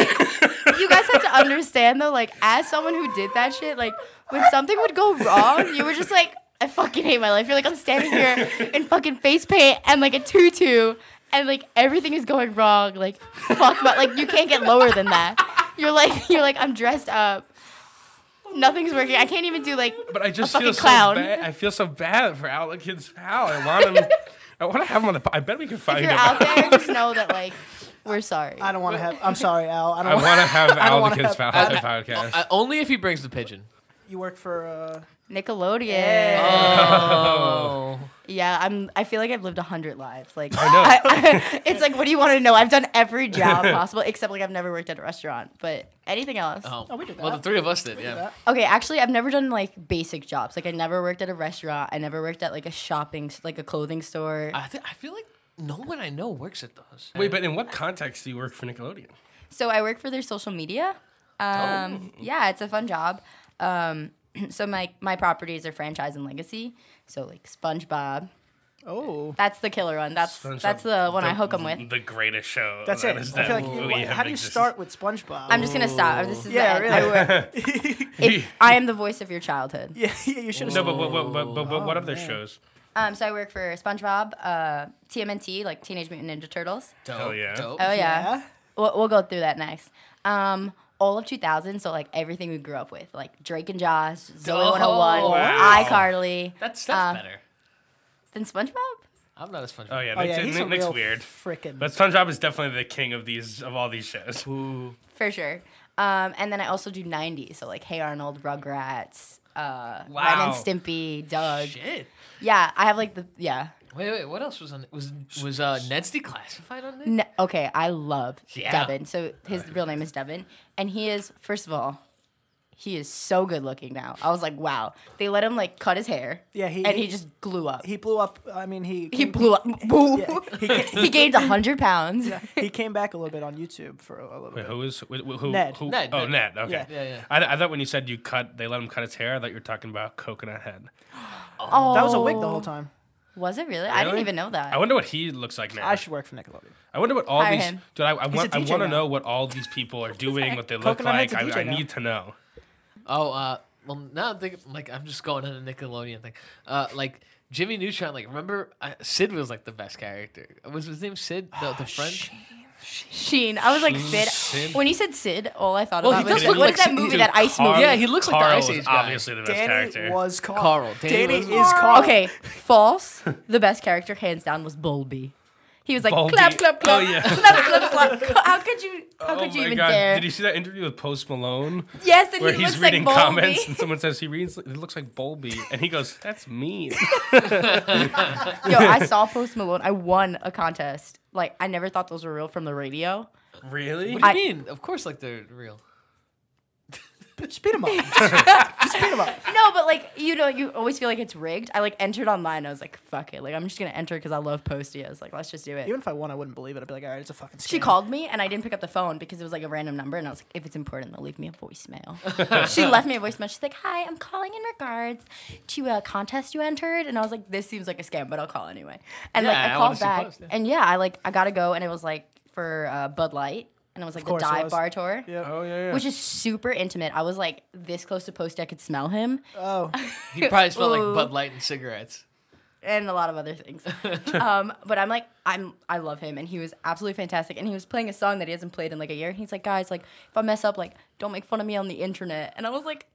[SPEAKER 1] you guys have to understand though, like, as someone who did that shit, like, when something would go wrong, you were just like, I fucking hate my life. You're like, I'm standing here in fucking face paint and like a tutu, and like everything is going wrong. Like, fuck, but like you can't get lower than that. You're like, you're like, I'm dressed up. Nothing's working. I can't even do like.
[SPEAKER 3] but I just
[SPEAKER 1] A
[SPEAKER 3] feel
[SPEAKER 1] fucking
[SPEAKER 3] so
[SPEAKER 1] clown.
[SPEAKER 3] bad. I feel so bad for Alec Kid's pal. I want him. I want to have him on the. po- I bet we can find
[SPEAKER 1] If
[SPEAKER 3] him.
[SPEAKER 1] you're out there, just know that like, we're sorry.
[SPEAKER 2] I don't want to have. I'm sorry, Al. I
[SPEAKER 3] I
[SPEAKER 2] don't.
[SPEAKER 3] want
[SPEAKER 2] want
[SPEAKER 3] to have Al the
[SPEAKER 2] wanna
[SPEAKER 3] Kid's
[SPEAKER 2] have
[SPEAKER 3] pal on the podcast.
[SPEAKER 4] Uh, only if he brings the pigeon.
[SPEAKER 2] You work for. Uh,
[SPEAKER 1] Nickelodeon.
[SPEAKER 4] Oh.
[SPEAKER 1] Yeah, I'm. I feel like I've lived a hundred lives. Like,
[SPEAKER 3] know.
[SPEAKER 1] I- I- it's like, what do you want to know? I've done every job possible, except like I've never worked at a restaurant. But anything else?
[SPEAKER 4] Oh.
[SPEAKER 2] we did
[SPEAKER 4] Well,
[SPEAKER 2] that.
[SPEAKER 4] the three of us did, yeah.
[SPEAKER 2] that.
[SPEAKER 1] Okay, actually, I've never done like basic jobs. Like, I never worked at a restaurant. I never worked at like a shopping, s- like a clothing store.
[SPEAKER 4] I, th- I feel like no one I know works at those.
[SPEAKER 3] Wait, but in what context do you work for Nickelodeon?
[SPEAKER 1] So I work for their social media. Um, Yeah, it's a fun job. Um, so my my properties are franchise and legacy. So like SpongeBob.
[SPEAKER 2] oh,
[SPEAKER 1] That's the killer one. That's that's the one I hook them with.
[SPEAKER 3] The greatest show.
[SPEAKER 2] that's
[SPEAKER 3] Oh, that
[SPEAKER 2] it.
[SPEAKER 3] is
[SPEAKER 2] I feel
[SPEAKER 3] that
[SPEAKER 2] like you,
[SPEAKER 3] we have
[SPEAKER 2] how do you
[SPEAKER 3] existed.
[SPEAKER 2] start with SpongeBob?
[SPEAKER 1] I'm just gonna stop. This is
[SPEAKER 2] Oh. Yeah,
[SPEAKER 1] the end. I
[SPEAKER 2] really.
[SPEAKER 1] work- if I am the voice of your childhood.
[SPEAKER 2] yeah, yeah, you should have.
[SPEAKER 3] No, but but but
[SPEAKER 2] Oh,
[SPEAKER 3] but, but, but what other shows?
[SPEAKER 1] Um, so I work for SpongeBob, uh, TMNT, like Teenage Mutant Ninja Turtles.
[SPEAKER 4] Dope,
[SPEAKER 3] Hell yeah.
[SPEAKER 4] dope.
[SPEAKER 1] Oh yeah,
[SPEAKER 2] Yeah.
[SPEAKER 1] We'll, we'll go through that next. Um, all of 2000, so like everything we grew up with, like Drake and Josh, Zoe
[SPEAKER 4] Oh,
[SPEAKER 1] 101,
[SPEAKER 3] wow.
[SPEAKER 1] iCarly,
[SPEAKER 4] That's
[SPEAKER 1] Uh,
[SPEAKER 4] that's better.
[SPEAKER 1] then SpongeBob.
[SPEAKER 4] I'm not as fun.
[SPEAKER 3] Oh yeah,
[SPEAKER 2] Oh,
[SPEAKER 3] Nick's,
[SPEAKER 2] yeah, he's a
[SPEAKER 3] Nick- Nick's
[SPEAKER 2] real
[SPEAKER 3] weird.
[SPEAKER 2] Frickin'
[SPEAKER 3] But SpongeBob is definitely the king of these of all these shows.
[SPEAKER 1] for sure. Um, and then I also do 90s, so like Hey Arnold, Rugrats, uh,
[SPEAKER 3] Wow.
[SPEAKER 1] Ren and Stimpy,
[SPEAKER 3] Uh,
[SPEAKER 1] Doug.
[SPEAKER 4] Shit.
[SPEAKER 1] Yeah, I have like the yeah.
[SPEAKER 4] Wait, wait. What else was on? Was was uh, Ned's declassified on there?
[SPEAKER 1] N okay, I love
[SPEAKER 4] Yeah.
[SPEAKER 1] Devin. So his real name is Devin, and he is first of all, He is so good looking now. I was like, wow. They let him like cut his hair.
[SPEAKER 2] Yeah, he-
[SPEAKER 1] and he,
[SPEAKER 2] he-
[SPEAKER 1] just blew up. He,
[SPEAKER 2] He blew up. I mean, he came-
[SPEAKER 1] blew up. Boom.
[SPEAKER 2] yeah, he,
[SPEAKER 1] he gained hundred pounds.
[SPEAKER 2] he came back a little bit on YouTube for a, a little
[SPEAKER 3] Wait,
[SPEAKER 2] bit.
[SPEAKER 3] who is who? who,
[SPEAKER 2] Ned.
[SPEAKER 3] who
[SPEAKER 4] Ned,
[SPEAKER 3] Oh, Ned.
[SPEAKER 4] Ned.
[SPEAKER 3] Okay.
[SPEAKER 2] Yeah.
[SPEAKER 4] Yeah, yeah.
[SPEAKER 3] I, I thought when you said you cut, they let him cut his hair. I thought you were talking about Coconut Head.
[SPEAKER 1] Oh,
[SPEAKER 2] That was a wig the whole time.
[SPEAKER 1] Was it really? I didn't
[SPEAKER 3] Really?
[SPEAKER 1] even know that.
[SPEAKER 3] I wonder what he looks like now.
[SPEAKER 2] I should work for Nickelodeon.
[SPEAKER 3] I wonder what all
[SPEAKER 1] Hire
[SPEAKER 3] these.
[SPEAKER 1] him.
[SPEAKER 3] Dude, I, I want.
[SPEAKER 2] a
[SPEAKER 3] I
[SPEAKER 2] DJ
[SPEAKER 3] want to
[SPEAKER 2] now.
[SPEAKER 3] know what all these people are doing, what they look
[SPEAKER 2] Coconut
[SPEAKER 3] like.
[SPEAKER 2] Head's a DJ
[SPEAKER 3] I, I
[SPEAKER 2] now.
[SPEAKER 3] need to know.
[SPEAKER 4] Oh, uh, well, now I'm thinking, like, I'm just going on a Nickelodeon thing. Uh, like, Jimmy Neutron, like, remember, uh, Sid was, like, the best character. Was his name Sid, the,
[SPEAKER 1] Oh,
[SPEAKER 4] the friend?
[SPEAKER 1] Sheen. I was like
[SPEAKER 3] Sheen.
[SPEAKER 1] Sid.
[SPEAKER 3] Sid.
[SPEAKER 1] When you said Sid, all I thought
[SPEAKER 4] Well,
[SPEAKER 1] about
[SPEAKER 4] he
[SPEAKER 1] was
[SPEAKER 4] does
[SPEAKER 1] like,
[SPEAKER 4] look
[SPEAKER 1] what
[SPEAKER 4] like
[SPEAKER 1] is that
[SPEAKER 4] Sid.
[SPEAKER 1] movie?
[SPEAKER 4] Dude,
[SPEAKER 1] That Ice
[SPEAKER 3] Carl-
[SPEAKER 1] movie.
[SPEAKER 4] Yeah, he looks like the
[SPEAKER 3] Carl
[SPEAKER 4] Ice
[SPEAKER 3] was
[SPEAKER 4] Age guy.
[SPEAKER 3] Obviously, the best
[SPEAKER 2] Danny
[SPEAKER 3] character.
[SPEAKER 2] was Carl.
[SPEAKER 4] Carl. Danny
[SPEAKER 2] Danny,
[SPEAKER 4] was
[SPEAKER 2] is Carl.
[SPEAKER 1] Okay, false. The best character, hands down, was Bulby. He was like
[SPEAKER 3] Bulby.
[SPEAKER 1] clap, clap, clap,
[SPEAKER 3] Oh, yeah.
[SPEAKER 1] clap, clap, clap. How could you? How could you even dare?
[SPEAKER 3] Oh Did you see that interview with Post Malone
[SPEAKER 1] yes, and
[SPEAKER 3] where
[SPEAKER 1] he
[SPEAKER 3] he's
[SPEAKER 1] looks
[SPEAKER 3] reading
[SPEAKER 1] like Bulby.
[SPEAKER 3] comments and someone says he reads it looks like Bulby and he goes, "That's me."
[SPEAKER 1] Yo, I saw Post Malone. I won a contest. Like I never thought those were real from the radio.
[SPEAKER 3] really?
[SPEAKER 4] What do
[SPEAKER 1] I-
[SPEAKER 4] you mean? Of course, like, they're real.
[SPEAKER 2] Just beat him up. Just beat him up.
[SPEAKER 1] No, but like you know, you always feel like it's rigged. I like entered online. I was like, fuck it. Like I'm just gonna enter because I love Posty. I was like, let's just do it.
[SPEAKER 2] Even if I won, I wouldn't believe it. I'd be like, all right, it's a fucking. Scam.
[SPEAKER 1] She called me and I didn't pick up the phone because it was like a random number and I was like, if it's important, they'll leave me a voicemail. she left me a voicemail. She's like, hi, I'm calling in regards to a contest you entered. And I was like, this seems like a scam, but I'll call anyway. And
[SPEAKER 4] Yeah,
[SPEAKER 1] like I
[SPEAKER 4] I wanna
[SPEAKER 1] called
[SPEAKER 4] see
[SPEAKER 1] back
[SPEAKER 4] post, yeah.
[SPEAKER 1] and yeah, I like I gotta go and it was like for uh, Bud Light and it was like the
[SPEAKER 2] course it
[SPEAKER 1] dive
[SPEAKER 2] was.
[SPEAKER 1] bar tour.
[SPEAKER 2] Yep.
[SPEAKER 3] Oh yeah, yeah.
[SPEAKER 1] Which is super intimate. I was like this close to Posty, I could smell him
[SPEAKER 2] Oh,
[SPEAKER 4] He probably smelled
[SPEAKER 1] Ooh.
[SPEAKER 4] like Bud Light and cigarettes.
[SPEAKER 1] and a lot of other things. um, but I'm like, I'm I love him, and he was absolutely fantastic. And he was playing a song that he hasn't played in like a year. And he's like, guys, like if I mess up, like don't make fun of me on the internet. And I was like,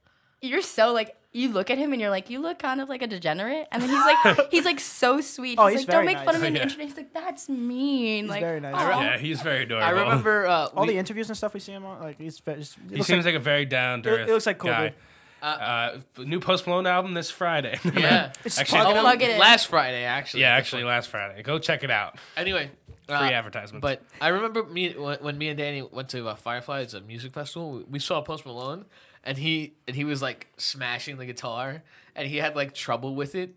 [SPEAKER 1] you're so like you look at him and you're like, you look kind of like a degenerate. And then he's like, he's like so sweet.
[SPEAKER 2] Oh,
[SPEAKER 1] he's,
[SPEAKER 2] he's
[SPEAKER 1] like, don't
[SPEAKER 2] very
[SPEAKER 1] make fun of
[SPEAKER 2] nice.
[SPEAKER 1] me on the
[SPEAKER 3] Yeah.
[SPEAKER 1] internet. He's like, that's mean. like, oh.
[SPEAKER 2] very nice.
[SPEAKER 1] aw.
[SPEAKER 3] yeah, he's very adorable.
[SPEAKER 4] I remember uh,
[SPEAKER 2] all
[SPEAKER 4] we-
[SPEAKER 2] the interviews and stuff we see him on, like he's. ve- just- it
[SPEAKER 3] He
[SPEAKER 2] looks
[SPEAKER 3] seems
[SPEAKER 2] like-
[SPEAKER 3] like, a very down to
[SPEAKER 2] it-
[SPEAKER 3] earth.
[SPEAKER 2] it looks like cool
[SPEAKER 3] guy.
[SPEAKER 2] dude.
[SPEAKER 3] Uh, new Post Malone album this Friday.
[SPEAKER 4] Yeah.
[SPEAKER 2] It's
[SPEAKER 3] actually,
[SPEAKER 2] plug
[SPEAKER 4] Oh,
[SPEAKER 1] Plug it in.
[SPEAKER 4] Last Friday, actually.
[SPEAKER 3] yeah, actually last Friday. Go check it out.
[SPEAKER 4] Anyway. uh,
[SPEAKER 3] Free advertisements.
[SPEAKER 4] But I remember me when, when me and Danny went to uh, Firefly, it's a music festival. We, we saw Post Malone, and he and he was like smashing the guitar, and he had like trouble with it,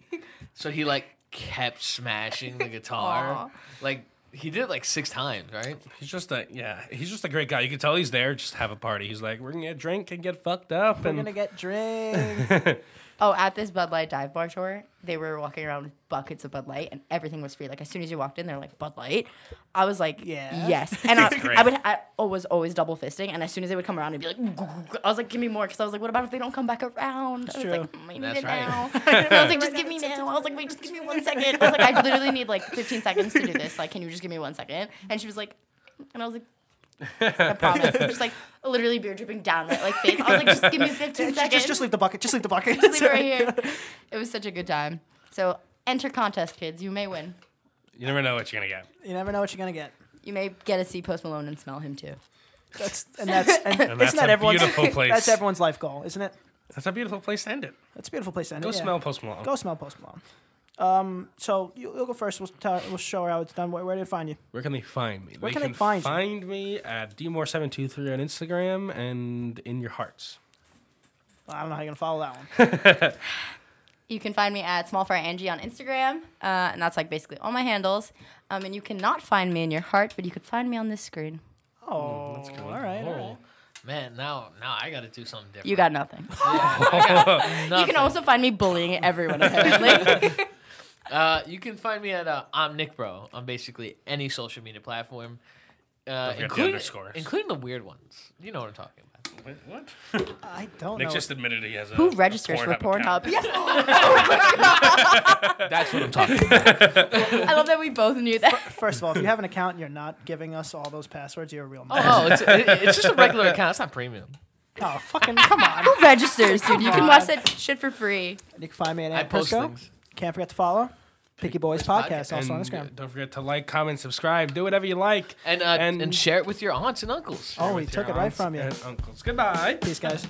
[SPEAKER 4] so he like kept smashing the guitar, like he did it like six times, right?
[SPEAKER 3] He's just a yeah. He's just a great guy. You can tell he's there just to have a party. He's like, we're gonna get drink and get fucked up
[SPEAKER 2] We're
[SPEAKER 3] and
[SPEAKER 2] gonna get drinks.
[SPEAKER 1] Oh, at this Bud Light dive bar tour, they were walking around with buckets of Bud Light, and everything was free. Like as soon as you walked in, they're like Bud Light. I was like,
[SPEAKER 2] Yeah.
[SPEAKER 1] yes. And I,
[SPEAKER 3] That's great.
[SPEAKER 1] I would, I was always double fisting, and as soon as they would come around, I'd be like, I was like, give me more, because I was like, what about if they don't come back around? I was like, mm, I need
[SPEAKER 4] That's
[SPEAKER 1] it
[SPEAKER 4] right.
[SPEAKER 1] now. I was like, just give me now. I was like, wait, just give me one second. I was like, I literally need like 15 seconds to do this. Like, can you just give me one second? And she was like, and I was like. I promise. Just like literally beer dripping down my like face. I was like, just give me 15
[SPEAKER 2] just,
[SPEAKER 1] seconds
[SPEAKER 2] just, just leave the bucket. Just leave the bucket.
[SPEAKER 1] leave it right here. It was such a good time. So enter contest, kids. You may win.
[SPEAKER 3] you never know what you're gonna get.
[SPEAKER 2] You never know what you're gonna get.
[SPEAKER 1] You may get to see Post Malone and smell him too.
[SPEAKER 2] That's and that's and,
[SPEAKER 3] that's
[SPEAKER 2] isn't that
[SPEAKER 3] a
[SPEAKER 2] everyone's
[SPEAKER 3] beautiful place.
[SPEAKER 2] that's everyone's life goal, isn't it?
[SPEAKER 3] That's a beautiful place to end it.
[SPEAKER 2] That's a beautiful place to end.
[SPEAKER 3] Go
[SPEAKER 2] it, yeah.
[SPEAKER 3] smell Post Malone.
[SPEAKER 2] Go smell Post Malone. Um, so you, you'll go first. We'll tell, we'll show her how it's done. Where, where did it find you?
[SPEAKER 3] Where can they find me?
[SPEAKER 2] Where
[SPEAKER 3] they
[SPEAKER 2] can they find you?
[SPEAKER 3] find me at dmore723 on Instagram and in your hearts.
[SPEAKER 2] I don't know how you're gonna follow that one.
[SPEAKER 3] Hmm,
[SPEAKER 1] You can find me at Small Fry Angie on Instagram, uh, and that's like basically all my handles. Um, and you cannot find me in your heart, but you could find me on this screen.
[SPEAKER 2] Oh, all right, all right.
[SPEAKER 4] Oh, man, now now I got to do something different.
[SPEAKER 1] You got nothing. you
[SPEAKER 4] Nothing.
[SPEAKER 1] can also find me bullying everyone apparently.
[SPEAKER 4] Uh, you can find me at uh, I'm Nick Bro on basically any social media platform, uh,
[SPEAKER 3] forget the
[SPEAKER 4] including,
[SPEAKER 3] underscores.
[SPEAKER 4] including the weird ones. You know what I'm talking about.
[SPEAKER 3] Wait, what?
[SPEAKER 2] I don't
[SPEAKER 3] Nick
[SPEAKER 2] know.
[SPEAKER 3] just admitted he has a
[SPEAKER 1] Who registers
[SPEAKER 3] a
[SPEAKER 1] for
[SPEAKER 3] account.
[SPEAKER 1] Pornhub? Yeah,
[SPEAKER 4] That's what I'm talking about.
[SPEAKER 1] I love that we both knew that.
[SPEAKER 2] First of all, if you have an account and you're not giving us all those passwords, you're a real man.
[SPEAKER 4] Oh, it's, it, it's just a regular account. It's not premium.
[SPEAKER 2] Oh, fucking come on.
[SPEAKER 1] Who registers, dude? You can watch that shit for free.
[SPEAKER 2] You can find me at
[SPEAKER 4] I
[SPEAKER 2] Ant
[SPEAKER 4] post
[SPEAKER 2] Prisco.
[SPEAKER 4] things.
[SPEAKER 2] Can't forget to follow Picky Boys Podcast, also on
[SPEAKER 3] And
[SPEAKER 2] Instagram.
[SPEAKER 3] don't forget to like, comment, subscribe, do whatever you like.
[SPEAKER 4] And, uh,
[SPEAKER 3] And-
[SPEAKER 4] and share it with your aunts and uncles.
[SPEAKER 2] Oh, he
[SPEAKER 3] With your
[SPEAKER 2] took it right
[SPEAKER 3] aunts
[SPEAKER 2] from you.
[SPEAKER 3] And uncles. Goodbye.
[SPEAKER 2] Peace, guys.